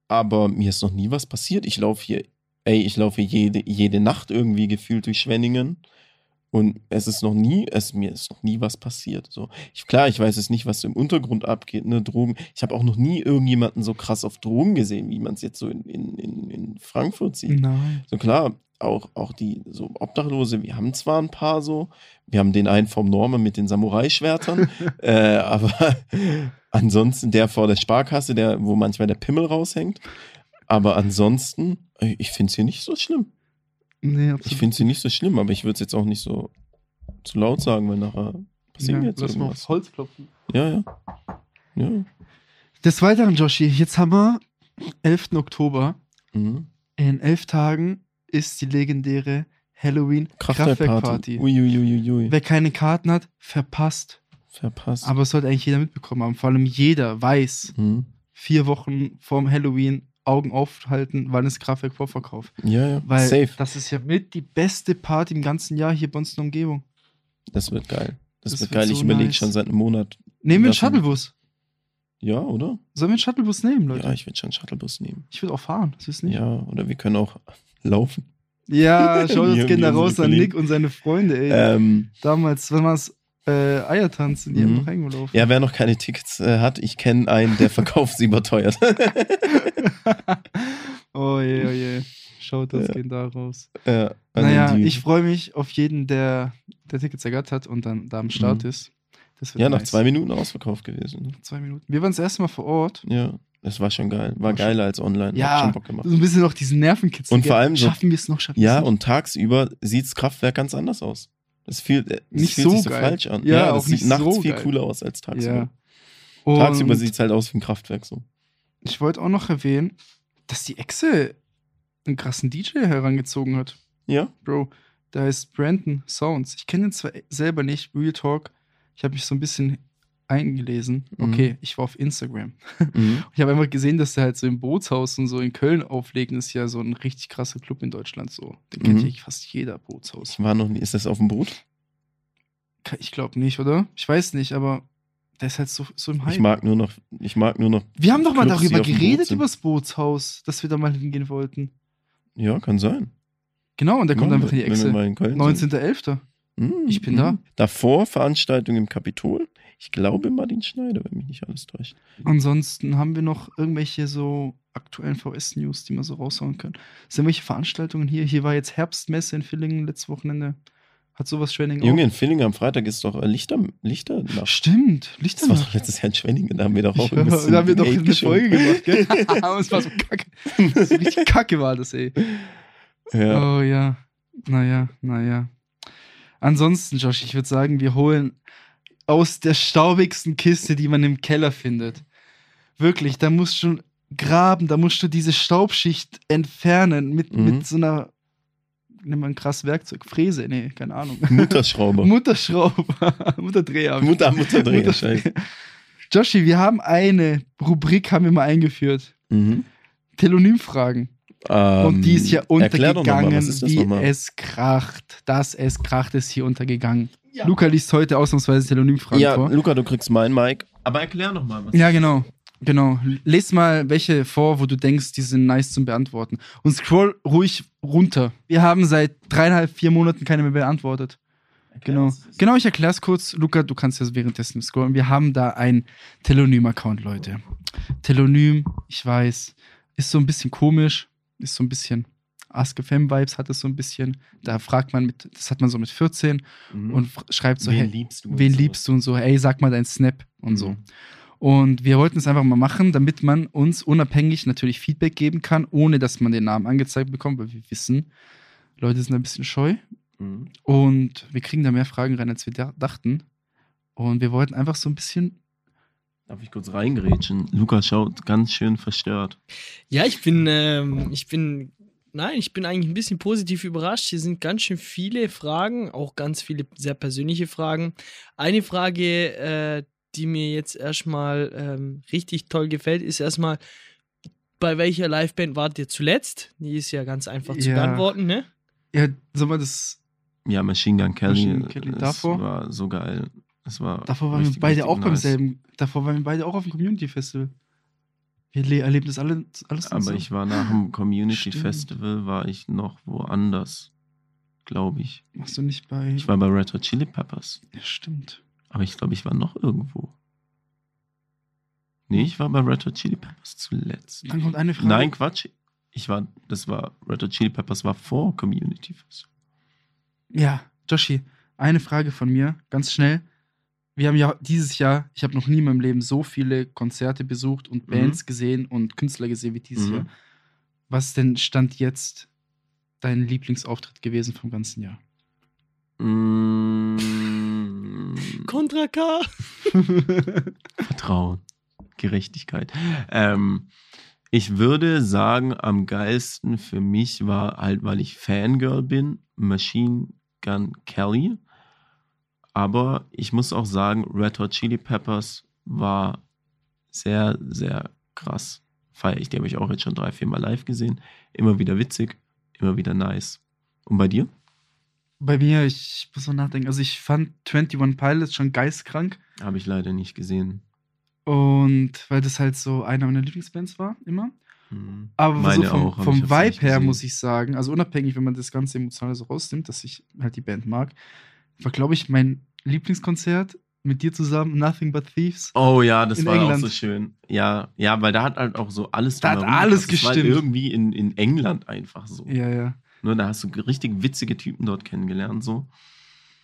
B: Aber mir ist noch nie was passiert. Ich laufe hier, ey, ich laufe hier jede, jede Nacht irgendwie gefühlt durch Schwenningen. Und es ist noch nie, es mir ist noch nie was passiert. So, ich, klar, ich weiß es nicht, was so im Untergrund abgeht, ne, Drogen. Ich habe auch noch nie irgendjemanden so krass auf Drogen gesehen, wie man es jetzt so in, in, in, in Frankfurt sieht.
A: Nein.
B: So klar, auch, auch die so Obdachlose, wir haben zwar ein paar so, wir haben den einen vom Norman mit den Samurai-Schwertern, äh, aber ansonsten der vor der Sparkasse, der, wo manchmal der Pimmel raushängt. Aber ansonsten, äh, ich finde es hier nicht so schlimm.
A: Nee,
B: Ich
A: absolut.
B: finde es hier nicht so schlimm, aber ich würde es jetzt auch nicht so zu laut sagen, weil nachher passiert
A: ja,
B: jetzt
A: lass mal aufs
B: irgendwas.
A: Holz klopfen.
B: Ja, ja. Ja.
A: Des Weiteren, Joshi, jetzt haben wir 11. Oktober.
B: Mhm.
A: In elf Tagen ist die legendäre Halloween
B: Kraftwerkparty.
A: Kraftwerkparty.
B: Uiuiuiui.
A: Wer keine Karten hat, verpasst.
B: Verpasst.
A: Aber es sollte eigentlich jeder mitbekommen haben. Vor allem jeder weiß,
B: mhm.
A: vier Wochen vorm Halloween Augen aufhalten, wann ist Kraftwerk Vorverkauf.
B: Ja, ja.
A: Weil
B: Safe.
A: das ist ja mit die beste Party im ganzen Jahr hier bei uns in der Umgebung.
B: Das wird geil. Das,
A: Das
B: wird
A: wird
B: geil.
A: so
B: ich überlege
A: nice.
B: schon seit einem Monat.
A: Nehmen wir einen
B: Davon-
A: Shuttlebus.
B: Ja, oder?
A: Sollen wir einen Shuttlebus nehmen, Leute?
B: Ja, ich würde schon einen Shuttlebus nehmen.
A: Ich würde auch fahren, das ist nicht.
B: Ja, oder wir können auch laufen.
A: Ja, schaut
B: Wir-
A: uns gerne
B: wir sind
A: raus an
B: Kollegen.
A: Nick und seine Freunde, ey.
B: Ähm,
A: Damals, wenn man es äh, Eiertanz in die
B: Mhm.
A: mhm. reingelaufen.
B: ja, wer noch keine Tickets äh, hat, ich kenne einen, der verkauft sie überteuert.
A: oh je, oh je. Schaut uns
B: Ja.
A: gehen da raus.
B: äh, an
A: Naja,
B: den Deal.
A: ich freue mich auf jeden, der, der Tickets ergattert hat und dann da am Start ist. Das wird
B: Mhm. ja, nach
A: nice.
B: zwei Minuten ausverkauft gewesen.
A: zwei Minuten. Wir waren das erste Mal vor Ort.
B: Ja, das war schon geil.
A: War
B: War
A: schon-
B: geiler als online. Hat
A: Ja,
B: schon Bock gemacht.
A: So ein bisschen noch diesen Nervenkitzel.
B: Und vor
A: gell?
B: allem so-
A: Schaffen wir es noch, schaffen
B: Ja,
A: wir es
B: und tagsüber sieht's Kraftwerk ganz anders aus. Das fühlt, äh, das
A: Nicht
B: fühlt
A: so
B: sich so
A: geil.
B: falsch an.
A: Ja,
B: Ja,
A: auch
B: das sieht
A: nicht
B: nachts
A: so
B: viel
A: geil.
B: cooler aus als
A: nicht.
B: tagsüber.
A: Und
B: Tagsüber sieht's halt aus wie ein Kraftwerk so.
A: Ich wollte auch noch erwähnen, dass die Echse einen krassen DJ herangezogen hat.
B: Ja,
A: Bro, da heißt Brandon Sounds. Ich kenne ihn zwar selber nicht, Real Talk. Ich habe mich so ein bisschen eingelesen.
B: Mhm.
A: Okay, ich war auf Instagram.
B: mhm.
A: Ich habe einfach gesehen, dass der halt so im Bootshaus und so in Köln auflegt. Das ist ja so ein richtig krasser Club in Deutschland so. Den kennt
B: Mhm.
A: ja fast jeder Bootshaus.
B: ich war noch nie. Ist das auf dem Boot?
A: Ke- Ich glaube nicht, oder? Ich weiß nicht, aber der ist halt so, so im
B: Ich
A: Hype.
B: mag nur noch. Ich mag nur noch.
A: Wir haben doch mal
B: Clubs, die
A: darüber
B: auf dem Boot
A: geredet,
B: sind.
A: über das Bootshaus, dass wir da mal hingehen wollten.
B: Ja, kann sein.
A: Genau, und der kommt
B: Ja,
A: einfach in die
B: wenn wir
A: Echse.
B: mal in Köln sind.
A: 19.11.
B: Mhm,
A: ich bin
B: mhm.
A: da.
B: Davor Veranstaltung im Kapitol. Ich glaube Martin Schneider, wenn mich nicht alles täuscht.
A: Ansonsten haben wir noch irgendwelche so aktuellen VS-News, die man so raushauen kann. Sind welche Veranstaltungen hier? Hier war jetzt Herbstmesse in Villingen letztes Wochenende. Hat sowas Schwenning
B: Junge, in Villingen am Freitag ist doch äh, Lichter. Lichter
A: auch? Stimmt, Lichter.
B: Das war doch letztes Jahr in Schwenningen, da haben wir doch auch ein bisschen
A: Da haben wir doch
B: Hate
A: eine
B: geschoben.
A: Folge gemacht, gell? Und es war so kacke. So richtig kacke war das, ey.
B: Ja.
A: Oh ja. Naja, naja. Ansonsten, Josh, ich würde sagen, wir holen aus der staubigsten Kiste, die man im Keller findet. Wirklich, da musst du graben, da musst du diese Staubschicht entfernen mit,
B: Mhm.
A: mit so einer, nimm mal ein krasses Werkzeug, Fräse, nee, keine Ahnung.
B: Mutterschrauber.
A: Mutterschrauber, Mutterdreher.
B: Mutter, Mutterdreher,
A: Mutter-
B: scheiße.
A: Joshi, wir haben eine Rubrik, haben wir mal eingeführt.
B: Mhm.
A: Telonymfragen. Und die ist ja
B: Ähm, erklär doch noch mal,
A: untergegangen,
B: was ist das
A: wie
B: nochmal?
A: es kracht. Das es kracht ist hier untergegangen.
D: Ja.
A: Luca liest heute ausnahmsweise Telonymfragen
B: Ja,
A: vor.
B: Luca, du kriegst meinen Mike. Aber erklär nochmal was.
A: Ja, genau. Genau. Lest mal welche vor, wo du denkst, die sind nice zum Beantworten. Und scroll ruhig runter. Wir haben seit dreieinhalb, vier Monaten keine mehr beantwortet. Genau.
B: Mhm.
A: Genau, ich erkläre es kurz. Luca, du kannst ja währenddessen scrollen. Wir haben da einen Telonym-Account, Leute. Telonym, ich weiß, ist so ein bisschen komisch, ist so ein bisschen Ask-FM-Vibes hat es so ein bisschen. Da fragt man mit, das hat man so mit 14
B: Mhm.
A: und fr- schreibt so, hey,
B: liebst du? und
A: wen
B: sowas?
A: liebst du und so, ey, sag mal deinen Snap und so.
B: Mhm.
A: Und wir wollten es einfach mal machen, damit man uns unabhängig natürlich Feedback geben kann, ohne dass man den Namen angezeigt bekommt, weil wir wissen, Leute sind ein bisschen scheu.
B: Mhm.
A: Und wir kriegen da mehr Fragen rein, als wir da dachten. Und wir wollten einfach so ein bisschen.
B: Darf ich kurz reingrätschen? Luca schaut ganz schön verstört.
C: Ja, ich bin, ähm, ich bin, nein, ich bin eigentlich ein bisschen positiv überrascht. Hier sind ganz schön viele Fragen, auch ganz viele sehr persönliche Fragen. Eine Frage, äh, die mir jetzt erstmal ähm, richtig toll gefällt, ist erstmal, bei welcher Liveband wart ihr zuletzt? Die ist ja ganz einfach zu
A: Ja.
C: beantworten, ne?
A: Ja, sag mal, das,
B: Ja, Machine Gun Kelly. äh,
A: Machine Gun Kelly,
B: es
A: davor?
B: war so geil. Es war
A: davor waren wir
B: richtig,
A: beide
B: richtig
A: auch beim
B: nice.
A: selben. Davor waren wir beide auch auf dem Community Festival. Wir le- erleben das alle, alles
B: Aber
A: zusammen.
B: ich war nach dem Community
A: Stimmt.
B: Festival, war ich noch woanders, glaube ich.
A: Machst du nicht bei.
B: Ich war bei Red Hot Chili Peppers.
A: ja, stimmt.
B: Aber ich glaube, ich war noch irgendwo. Nee, ich war bei Red Hot Chili Peppers zuletzt.
A: Dann kommt eine Frage.
B: Nein, Quatsch. Ich war, das war, Red Hot Chili Peppers war vor Community Fest.
A: Ja, Joshi, eine Frage von mir, ganz schnell. Wir haben ja dieses Jahr, ich habe noch nie in meinem Leben so viele Konzerte besucht und
B: Mhm.
A: Bands gesehen und Künstler gesehen wie dieses
B: Mhm.
A: Jahr. Was ist denn stand jetzt dein Lieblingsauftritt gewesen vom ganzen Jahr?
B: Mm,
C: Contra K.
B: Vertrauen. Gerechtigkeit. Ähm, ich würde sagen, am geilsten für mich war halt, weil ich Fangirl bin, Machine Gun Kelly. Aber ich muss auch sagen, Red Hot Chili Peppers war sehr, sehr krass. Feier ich. Die habe ich auch jetzt schon drei, vier Mal live gesehen. Immer wieder witzig, immer wieder nice. Und bei dir?
A: Bei mir, ich muss mal nachdenken. Also, ich fand 21 Pilots schon geistkrank.
B: Habe ich leider nicht gesehen.
A: Und weil das halt so einer meiner Lieblingsbands war, immer.
B: Hm.
A: Aber
B: Meine
A: so vom,
B: auch, aber ich
A: vom
B: hab's
A: Vibe
B: nicht
A: her
B: gesehen.
A: muss ich sagen, also unabhängig, wenn man das Ganze emotional so rausnimmt, dass ich halt die Band mag, war, glaube ich, mein Lieblingskonzert mit dir zusammen, Nothing But Thieves.
B: Oh ja, das
A: In
B: war
A: England.
B: auch so schön. Ja, ja, weil da hat halt auch so alles
A: Da hat
B: drumherum
A: alles
B: gepasst. Es war halt
A: gestimmt.
B: irgendwie in, in England einfach so.
A: Ja, ja.
B: Nur da hast du richtig witzige Typen dort kennengelernt, so.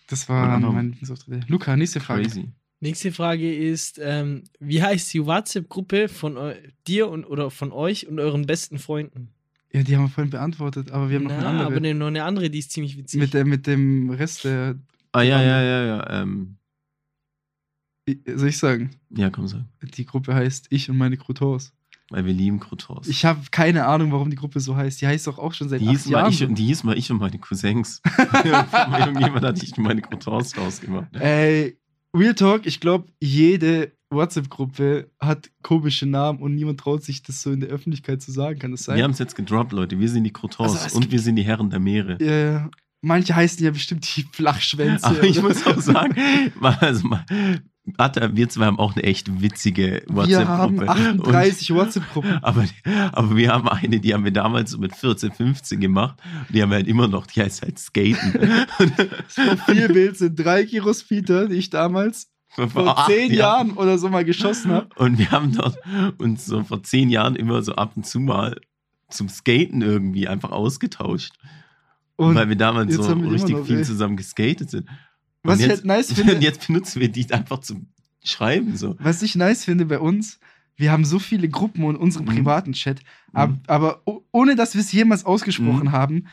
A: Das
B: Und
A: war
B: andere-
A: mein Lieblingsauftritt. Luca, nächste Frage.
B: Crazy.
C: Nächste Frage ist, ähm, wie heißt die WhatsApp-Gruppe von eu- dir und oder von euch und euren besten Freunden?
A: Ja, die haben wir vorhin beantwortet, aber wir haben noch eine
C: Na,
A: andere.
C: aber ne, noch eine andere, die ist ziemlich witzig.
A: mit, der, mit dem Rest der.
B: Ah, ja,
A: Dann-
B: ja, ja, ja. Ähm,
A: Soll ich sagen?
B: ja, komm, sag.
A: Die Gruppe heißt Ich und meine Croutons.
B: Weil wir lieben Croutons.
A: Ich habe keine Ahnung, warum die Gruppe so heißt. Die heißt doch auch schon seit
B: die, hieß
A: acht
B: mal
A: Jahren.
B: ich,
A: so.
B: und- die hieß mal ich und meine Cousins. Irgendjemand hat ich und meine Croutons draus gemacht.
A: Ey, Real Talk, ich glaube, jede WhatsApp-Gruppe hat komische Namen und niemand traut sich, das so in der Öffentlichkeit zu sagen. Kann das sein?
B: Wir haben es jetzt gedroppt, Leute. Wir sind die Croutons
A: Also, es
B: und
A: gibt-
B: wir sind die Herren der Meere.
A: äh, manche heißen ja bestimmt die Flachschwänze.
B: Aber ich
A: oder?
B: muss auch sagen, mal- also mal, Atta, wir zwei haben auch eine echt witzige
A: wir haben
B: WhatsApp-Gruppe.
A: 38 WhatsApp-Gruppen.
B: Und- Aber, aber wir haben eine, die haben wir damals so mit 14, 15 gemacht. Und die haben wir halt immer noch, die heißt halt Skaten.
A: Auf vier Bild sind drei Gyrospeeder, die ich damals vor
B: acht
A: zehn Jahren oder so mal geschossen habe.
B: Und wir haben dort uns so vor zehn Jahren immer so ab und zu mal zum Skaten irgendwie einfach ausgetauscht. weil
A: Und
B: wir damals
A: jetzt
B: so
A: haben wir die
B: richtig
A: immer noch,
B: viel
A: ey.
B: zusammen geskatet sind.
A: was
B: und
A: ich
B: jetzt-
A: halt nice finde,
B: Und jetzt benutzen wir die einfach zum Schreiben so.
A: was ich nice finde bei uns, wir haben so viele Gruppen und unseren
B: Mhm.
A: privaten Chat, ab, aber o- ohne dass wir es jemals ausgesprochen
B: Mhm.
A: haben,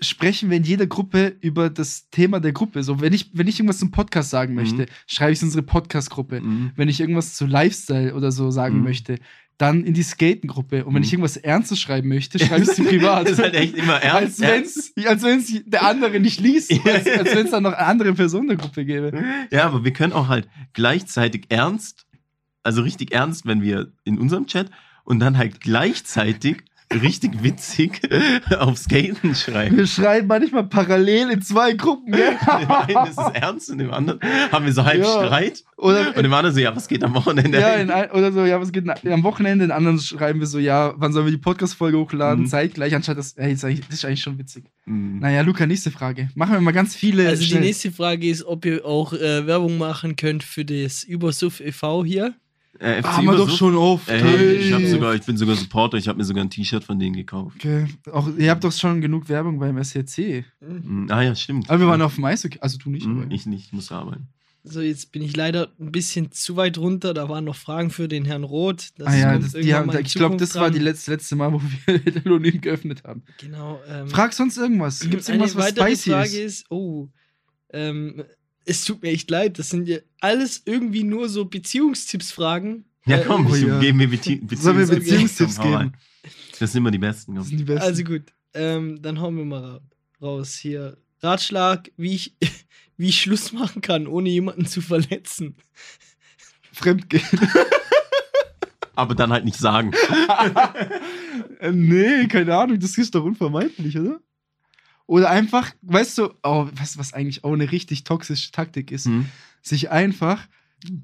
A: sprechen wir in jeder Gruppe über das Thema der Gruppe. So, wenn ich, wenn ich irgendwas zum Podcast sagen
B: Mhm.
A: möchte, schreibe ich es in unsere Podcast-Gruppe.
B: Mhm.
A: Wenn ich irgendwas zu Lifestyle oder so sagen
B: Mhm.
A: möchte, dann in die Skaten-Gruppe. Und wenn
B: Mhm.
A: ich irgendwas Ernstes schreiben möchte, schreibe ich es privat.
B: Das ist halt echt immer
A: als
B: ernst.
A: wenn's, als wenn's der andere nicht liest, als, als wenn es dann noch eine andere Person in der Gruppe gäbe.
B: Ja, aber wir können auch halt gleichzeitig ernst, also richtig ernst, wenn wir in unserem Chat und dann halt gleichzeitig richtig witzig auf Skaten schreiben.
A: Wir schreiben manchmal parallel in zwei Gruppen, gell?
B: Dem einen ist es ernst und dem anderen haben wir so halb
A: Ja.
B: Streit.
A: Oder
B: Und dem anderen so, ja, was geht am Wochenende?
A: Ja, in ein, oder so, ja, was geht na- am Wochenende? In anderen schreiben wir so, ja, wann sollen wir die Podcast-Folge hochladen?
B: Mhm.
A: Zeitgleich, anstatt das, ey, das ist eigentlich- das ist eigentlich schon witzig.
B: Mhm.
A: Naja, Luca, nächste Frage. Machen wir mal ganz viele.
C: also die
A: schnell.
C: nächste Frage ist, ob ihr auch äh, Werbung machen könnt für das Übersuff e.V. hier.
B: Äh, FC
A: Ah, haben wir doch
B: Übersucht?
A: schon oft.
B: Ey, Äh, ich, hab
A: Ey.
B: sogar, ich bin sogar Supporter, ich habe mir sogar ein T-Shirt von denen gekauft.
A: Okay. Auch, ihr habt doch schon genug Werbung beim SCC.
B: Mhm. Ah ja, stimmt.
A: Aber wir waren auf dem Eishockey. Also du nicht,
B: Mhm,
A: aber.
B: Ich nicht, ich muss arbeiten.
C: So, jetzt bin ich leider ein bisschen zu weit runter. Da waren noch Fragen für den Herrn Roth. Das
A: ah ja,
C: kommt
A: das, die
C: irgendwann
A: haben,
C: mal in
A: ich glaube, das
C: Zukunft
A: war
C: dran.
A: die letzte, letzte Mal, wo wir Delonim geöffnet haben.
C: Genau. Ähm,
A: Frag sonst irgendwas. Gibt es irgendwas,
C: eine
A: was
C: weitere
A: spicy
C: Frage
A: ist?
C: ist, oh, ähm, es tut mir echt leid, das sind ja alles irgendwie nur so Beziehungstippsfragen.
B: Ja,
C: Äh,
B: komm,
A: oh
B: ich
A: ja.
B: geben wir Bezie Beziehungstipps.
A: Sollen wir
C: Beziehungs-
A: Beziehungstipps
B: Komm, hau rein.
A: geben?
B: Das sind immer die besten.
A: Das
B: Komm.
A: sind die besten.
C: Also gut, ähm, dann hauen wir mal ra raus hier. Ratschlag, wie ich, wie ich Schluss machen kann, ohne jemanden zu verletzen.
A: Fremdgehen.
B: Aber dann halt nicht sagen.
A: Äh, nee, keine Ahnung, das ist doch unvermeidlich, oder? Oder einfach, weißt du, oh, was, was eigentlich auch eine richtig toxische Taktik ist,
B: Hm?
A: sich einfach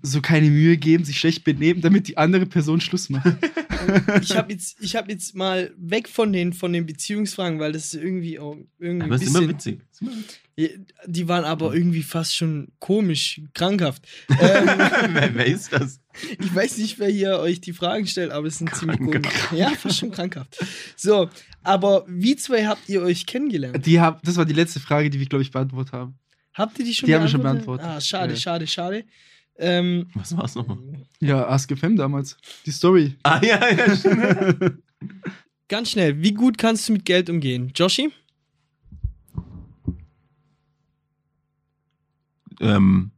A: so keine Mühe geben, sich schlecht benehmen, damit die andere Person Schluss macht.
C: Ich habe jetzt, ich hab jetzt mal weg von den, von den Beziehungsfragen, weil das ist irgendwie auch irgendwie
B: Aber
C: ein
B: ist immer
C: bisschen,
B: witzig. Ist immer witzig.
C: Die waren aber irgendwie fast schon komisch, krankhaft. Ähm,
B: wer, wer ist das?
C: Ich weiß nicht, wer hier euch die Fragen stellt, aber es sind ziemlich
B: Krankhaft.
C: komisch. Ja, fast schon krankhaft. So, aber wie zwei habt ihr euch kennengelernt?
A: Die hab, das war die letzte Frage, die wir, glaube ich, beantwortet haben.
C: Habt ihr die schon
A: Die haben wir schon beantwortet.
C: Ah,
A: Ja.
C: schade,
A: Hm.
C: schade, schade. Ähm,
B: Was war's nochmal?
A: Ja, AskFM damals. Die Story.
B: Ah ja, ja, stimmt.
C: ganz schnell, wie gut kannst du mit Geld umgehen? Joshi?
B: ähm,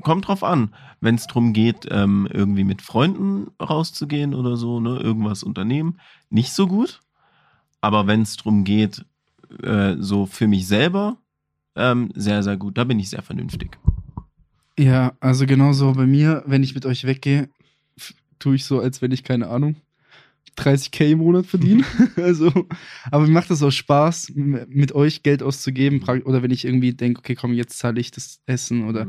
B: kommt drauf an, wenn es darum geht, ähm, irgendwie mit Freunden rauszugehen oder so, ne, irgendwas unternehmen, nicht so gut. Aber wenn es darum geht, äh, so für mich selber, ähm, sehr, sehr gut. Da bin ich sehr vernünftig.
A: Ja, also genauso bei mir, wenn ich mit euch weggehe, f- tue ich so, als wenn ich, keine Ahnung, 30k im Monat verdiene. also, aber mir macht das auch Spaß, m- mit euch Geld auszugeben. Pra- Oder wenn ich
B: Mhm.
A: irgendwie denke, okay, komm, jetzt zahle ich das Essen oder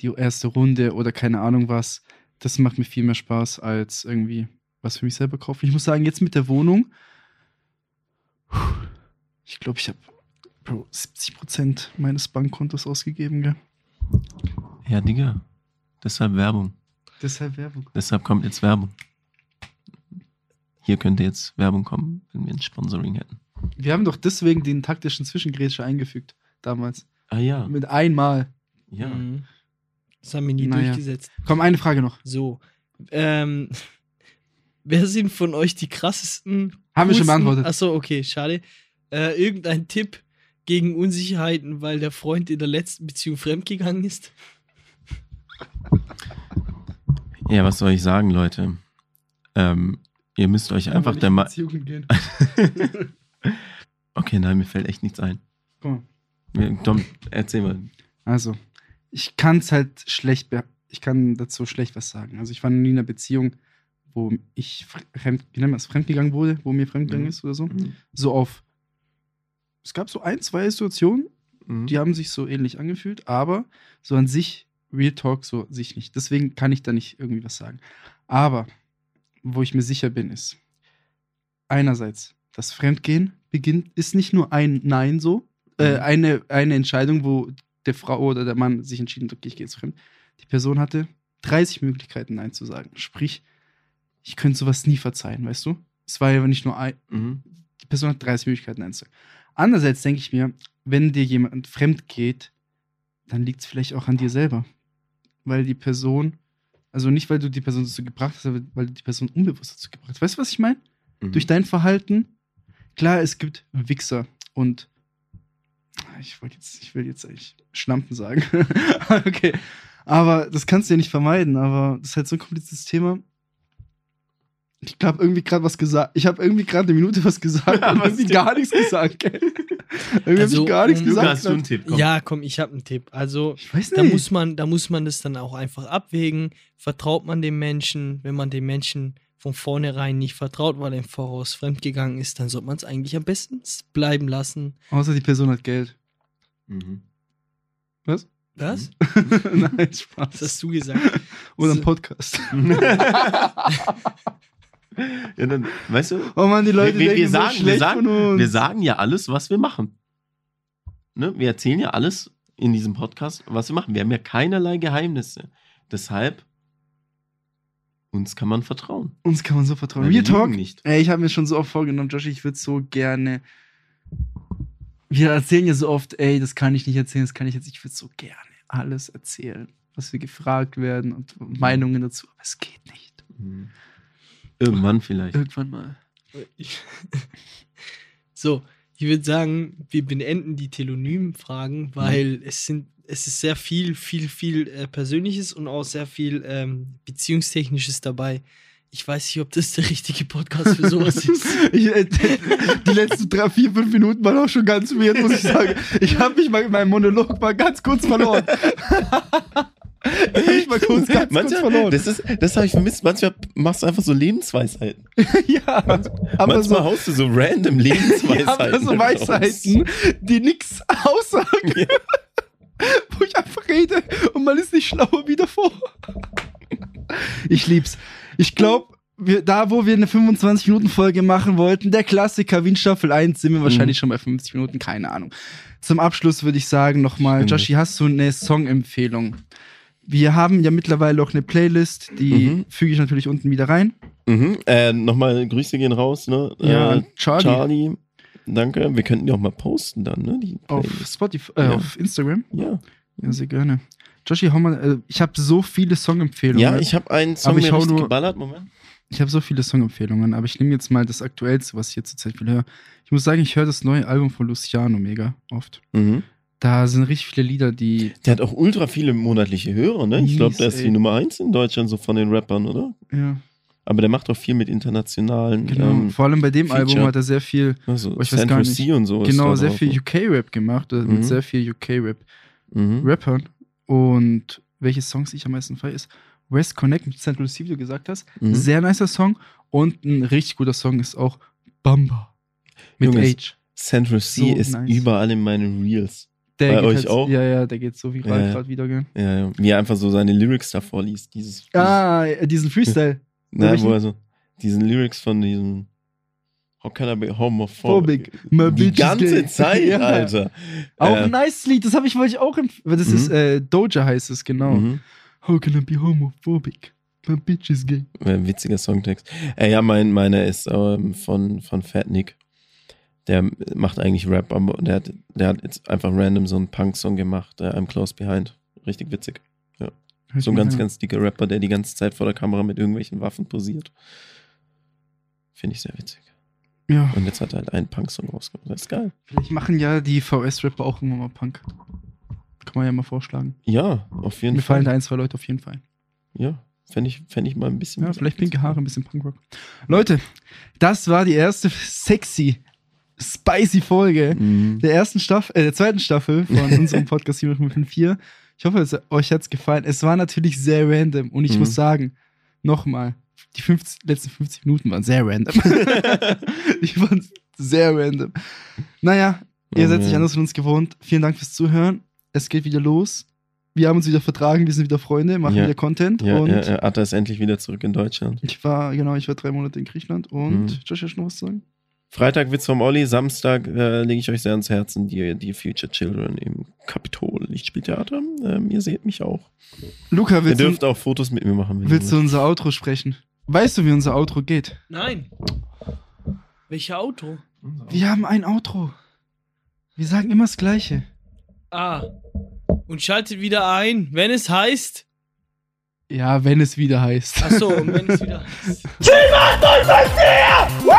A: die erste Runde oder keine Ahnung was, das macht mir viel mehr Spaß als irgendwie was für mich selber kaufen. Ich muss sagen, jetzt mit der Wohnung, puh, ich glaube, ich habe 70% meines Bankkontos ausgegeben, gell?
B: Ja, Digga. Deshalb Werbung.
A: Deshalb Werbung.
B: Deshalb kommt jetzt Werbung. Hier könnte jetzt Werbung kommen, wenn wir ein Sponsoring hätten.
A: Wir haben doch deswegen den taktischen Zwischengrätsche eingefügt damals.
B: Ah ja.
A: Mit einmal.
B: Ja.
C: Mhm. Das haben wir nie
A: Naja.
C: durchgesetzt.
A: Komm, eine Frage noch.
C: So. Ähm, wer sind von euch die krassesten?
A: Haben wir schon
C: coolsten-
A: beantwortet.
C: Achso, okay, schade. Äh, irgendein Tipp gegen Unsicherheiten, weil der Freund in der letzten Beziehung fremdgegangen ist?
B: Ja, was soll ich sagen, Leute? Ähm, ihr müsst euch einfach der Ma
A: Beziehungen gehen.
B: Okay, nein, mir fällt echt nichts ein.
A: Guck mal.
B: Mir- Tom, erzähl mal.
A: Also, ich kann es halt schlecht, be- ich kann dazu schlecht was sagen. Also, ich war noch nie in einer Beziehung, wo ich, fre- fremd, wie nennt man das, fremdgegangen wurde, wo mir fremdgegangen
B: Mhm.
A: ist oder so. So auf, es gab so ein, zwei Situationen,
B: Mhm.
A: die haben sich so ähnlich angefühlt, aber so an sich, Real Talk, so sich nicht. Deswegen kann ich da nicht irgendwie was sagen. Aber, wo ich mir sicher bin, ist, einerseits, das Fremdgehen beginnt, ist nicht nur ein Nein so, äh,
B: Mhm.
A: eine, eine Entscheidung, wo der Frau oder der Mann sich entschieden hat, okay, ich gehe jetzt fremd. Die Person hatte 30 Möglichkeiten, Nein zu sagen. Sprich, ich könnte sowas nie verzeihen, weißt du? Es war ja nicht nur ein,
B: Mhm.
A: die Person hat 30 Möglichkeiten einzusagen. Andererseits denke ich mir, wenn dir jemand fremd geht, dann liegt es vielleicht auch an dir selber. Weil die Person, also nicht, weil du die Person dazu gebracht hast, aber weil du die Person unbewusst dazu gebracht hast. Weißt du, was ich meine?
B: Mhm.
A: Durch dein Verhalten, klar, es gibt Wichser und ich wollte jetzt, ich will jetzt eigentlich Schlampen sagen. okay. Aber das kannst du ja nicht vermeiden, aber das ist halt so ein kompliziertes Thema. Ich glaube, irgendwie gerade was gesagt. Ich habe irgendwie gerade eine Minute was gesagt,
B: Ja,
A: aber
B: was
A: irgendwie
B: denn?
A: gar nichts gesagt, gell? Irgendwie
C: Also,
A: habe ich gar nichts
C: um-
B: Luca,
A: gesagt.
B: hast du einen Tipp? Komm.
C: Ja, komm, ich habe einen Tipp. Also,
A: ich weiß
C: da
A: nicht.
C: muss, man, da muss man das dann auch einfach abwägen. Vertraut man dem Menschen? Wenn man dem Menschen von vornherein nicht vertraut, weil er im Voraus fremdgegangen ist, dann sollte man es eigentlich am besten bleiben lassen.
A: Außer die Person hat Geld.
B: Mhm.
A: Was?
C: Was?
A: Nein,
C: Das
A: Spaß.
C: hast du gesagt.
A: Oder ein Podcast.
B: ja, dann, weißt du,
A: Oh Mann, die Leute
B: Wir- wir- wir
A: denken so
B: sagen- wir
A: schlecht
B: sagen-
A: von uns.
B: wir sagen ja alles, was wir machen. Ne? Wir erzählen ja alles in diesem Podcast, was wir machen. Wir haben ja keinerlei Geheimnisse. Deshalb, uns kann man vertrauen.
A: Uns kann man so vertrauen.
B: Weil wir
A: Real Talk.
B: lügen nicht.
A: Ey, ich habe mir schon so oft vorgenommen, Josh, ich würde so gerne. Wir erzählen ja so oft, ey, das kann ich nicht erzählen, das kann ich jetzt. Ich würde so gerne alles erzählen, was wir gefragt werden und Meinungen dazu. Aber es geht nicht.
B: Mhm. Irgendwann vielleicht.
A: Irgendwann mal.
C: Ich- so, ich würde sagen, wir beenden die Telonym-Fragen, weil es sind, es ist sehr viel, viel, viel äh, Persönliches und auch sehr viel ähm, Beziehungstechnisches dabei. Ich weiß nicht, ob das der richtige Podcast für sowas ist.
A: Ich, äh, die letzten drei, vier, fünf Minuten waren auch schon ganz weird, muss ich sagen. Ich habe mich mal in meinem Monolog mal ganz kurz verloren. ich hab mich mal kurz, ganz kurz
B: Manchmal,
A: verloren.
B: das ist, das habe ich vermisst. Manchmal machst du einfach so Lebensweisheiten.
A: ja, aber
B: Manchmal
A: so,
B: haust du so random
A: Ja, aber
B: Lebensweisheiten.
A: so Weisheiten, die nichts aussagen.
B: Ja.
A: Wo ich einfach rede und man ist nicht schlauer wie davor. Ich lieb's. Ich glaube, wir, da, wo wir eine 25-Minuten-Folge machen wollten, der Klassiker Wien Staffel 1, sind wir
B: Mhm.
A: wahrscheinlich schon bei 50 Minuten, keine Ahnung. Zum Abschluss würde ich sagen nochmal,
B: Stimmt.
A: Joshi, hast du eine Songempfehlung? Wir haben ja mittlerweile auch eine Playlist, die
B: Mhm.
A: füge ich natürlich unten wieder rein.
B: Mhm. Äh, Nochmal Grüße gehen raus, ne? äh,
A: Charlie.
B: Charlie. Danke. Wir könnten die auch mal posten dann, ne? Die
A: Auf
B: Playlist.
A: Spotify, äh,
B: Ja.
A: auf Instagram.
B: ja.
A: Ja, sehr gerne. Joshi, hau mal, äh, ich habe so viele Songempfehlungen.
B: ja, ich habe einen Song
A: Aber ich
B: mir
A: hau
B: richtig
A: nur-
B: geballert. Moment.
A: ich habe so viele Songempfehlungen, aber ich nehme jetzt mal das Aktuellste, was ich hier zurzeit viel höre. Ich muss sagen, ich höre das neue Album von Luciano mega oft.
B: Mhm.
A: Da sind richtig viele Lieder, die.
B: Der hat auch ultra viele monatliche Hörer, ne? Ich
A: Mies,
B: glaube, der ist
A: ey.
B: die Nummer eins in Deutschland, so von den Rappern, oder?
A: Ja,
B: Aber der macht auch viel mit internationalen.
A: genau.
B: Ähm,
A: Vor allem bei dem
B: Feature.
A: Album hat er sehr viel,
B: also
A: ich weiß
B: San
A: gar nicht.
B: Jose und so. ist
A: genau,
B: da
A: sehr
B: drauf,
A: viel
B: ne?
A: UK-Rap gemacht, äh, mit
B: Mhm.
A: sehr viel UK-Rap-Rappern.
B: Mhm.
A: Und welche Songs ich am meisten feiere, ist West Connect mit Central C, wie du gesagt hast.
B: Mhm.
A: Sehr nicer Song. Und ein richtig guter Song ist auch Bamba mit
B: Junge,
A: H.
B: Central C
A: So
B: ist
A: nice.
B: überall in meinen Reels.
A: Der
B: Bei
A: geht
B: euch
A: halt,
B: auch?
A: Ja, ja, der geht so viral
B: Ja, ja.
A: gerade wieder, gell?
B: Ja, ja. Wie er Äh, einfach so seine Lyrics davor liest. Dieses,
A: Ah, äh, diesen Freestyle.
B: dieses ne,
A: welchen?
B: wo er so diesen Lyrics von diesem How can I be homophobic?
A: Phobic. My
B: Die
A: bitch is
B: ganze
A: gay.
B: Zeit,
A: Ja.
B: Alter.
A: Auch
B: Äh,
A: ein nice Lied, das habe ich, wollte ich auch empfehlen. Das ist
B: Mhm.
A: äh, Doja heißt es, genau.
B: mhm.
A: How can I be homophobic? My bitch is gay.
B: Äh, Witziger Songtext. Äh, ja, mein, meiner ist ähm, von, von Fat Nick. Der macht eigentlich Rap, aber der hat, der hat jetzt einfach random so einen Punk-Song gemacht, äh, I'm Close Behind. Richtig witzig.
A: Hört
B: So ein
A: mal
B: ganz,
A: rein.
B: ganz dicker Rapper, der die ganze Zeit vor der Kamera mit irgendwelchen Waffen posiert. Finde ich sehr witzig.
A: Ja,
B: Und jetzt hat er halt einen Punk-Song rausgebracht. Das ist geil.
A: vielleicht machen ja die VS-Rapper auch irgendwann mal Punk. Kann man ja mal vorschlagen.
B: Ja, auf jeden
A: Mir
B: Fall.
A: fallen da ein, zwei Leute auf jeden Fall. ein.
B: Ja, fände ich, fänd ich mal ein bisschen.
A: Ja, vielleicht pinke Haare, ein bisschen Punkrock. Leute, das war die erste sexy, spicy Folge
B: Mhm.
A: der ersten Staffel, äh, der zweiten Staffel von unserem Podcast 7554. Ich hoffe, es, euch hat es gefallen. Es war natürlich sehr random und ich
B: Mhm.
A: muss sagen, nochmal, die 50, letzten 50 Minuten waren sehr random. ich fand sehr random. Naja, Ihr seid sich
B: Ja.
A: anders von uns gewohnt. Vielen Dank fürs Zuhören. Es geht wieder los. Wir haben uns wieder vertragen, wir sind wieder Freunde, machen
B: Ja.
A: wieder Content.
B: Ja,
A: und
B: ja, ja, Atta ist endlich wieder zurück in Deutschland.
A: ich war, genau, ich war drei Monate in Griechenland und
B: Mhm.
A: Josh, hast du noch was zu sagen?
B: Freitag Witz vom Olli, Samstag äh, lege ich euch sehr ans Herzen, die, die Future Children im Kapitol Lichtspieltheater. Ähm, ihr seht mich auch.
A: Luca,
B: Ihr
A: willst,
B: dürft
A: du,
B: auch Fotos mit mir machen. wenn ihr
A: willst du
B: wollt.
A: unser Outro sprechen? Weißt du, wie unser Outro geht?
C: Nein. Welcher Auto?
A: Wir haben ein Outro. Wir sagen immer das Gleiche.
C: Ah. Und schaltet wieder ein, wenn es heißt.
A: Ja, wenn es wieder heißt.
C: Achso, und wenn es wieder heißt.
E: Chivas 064!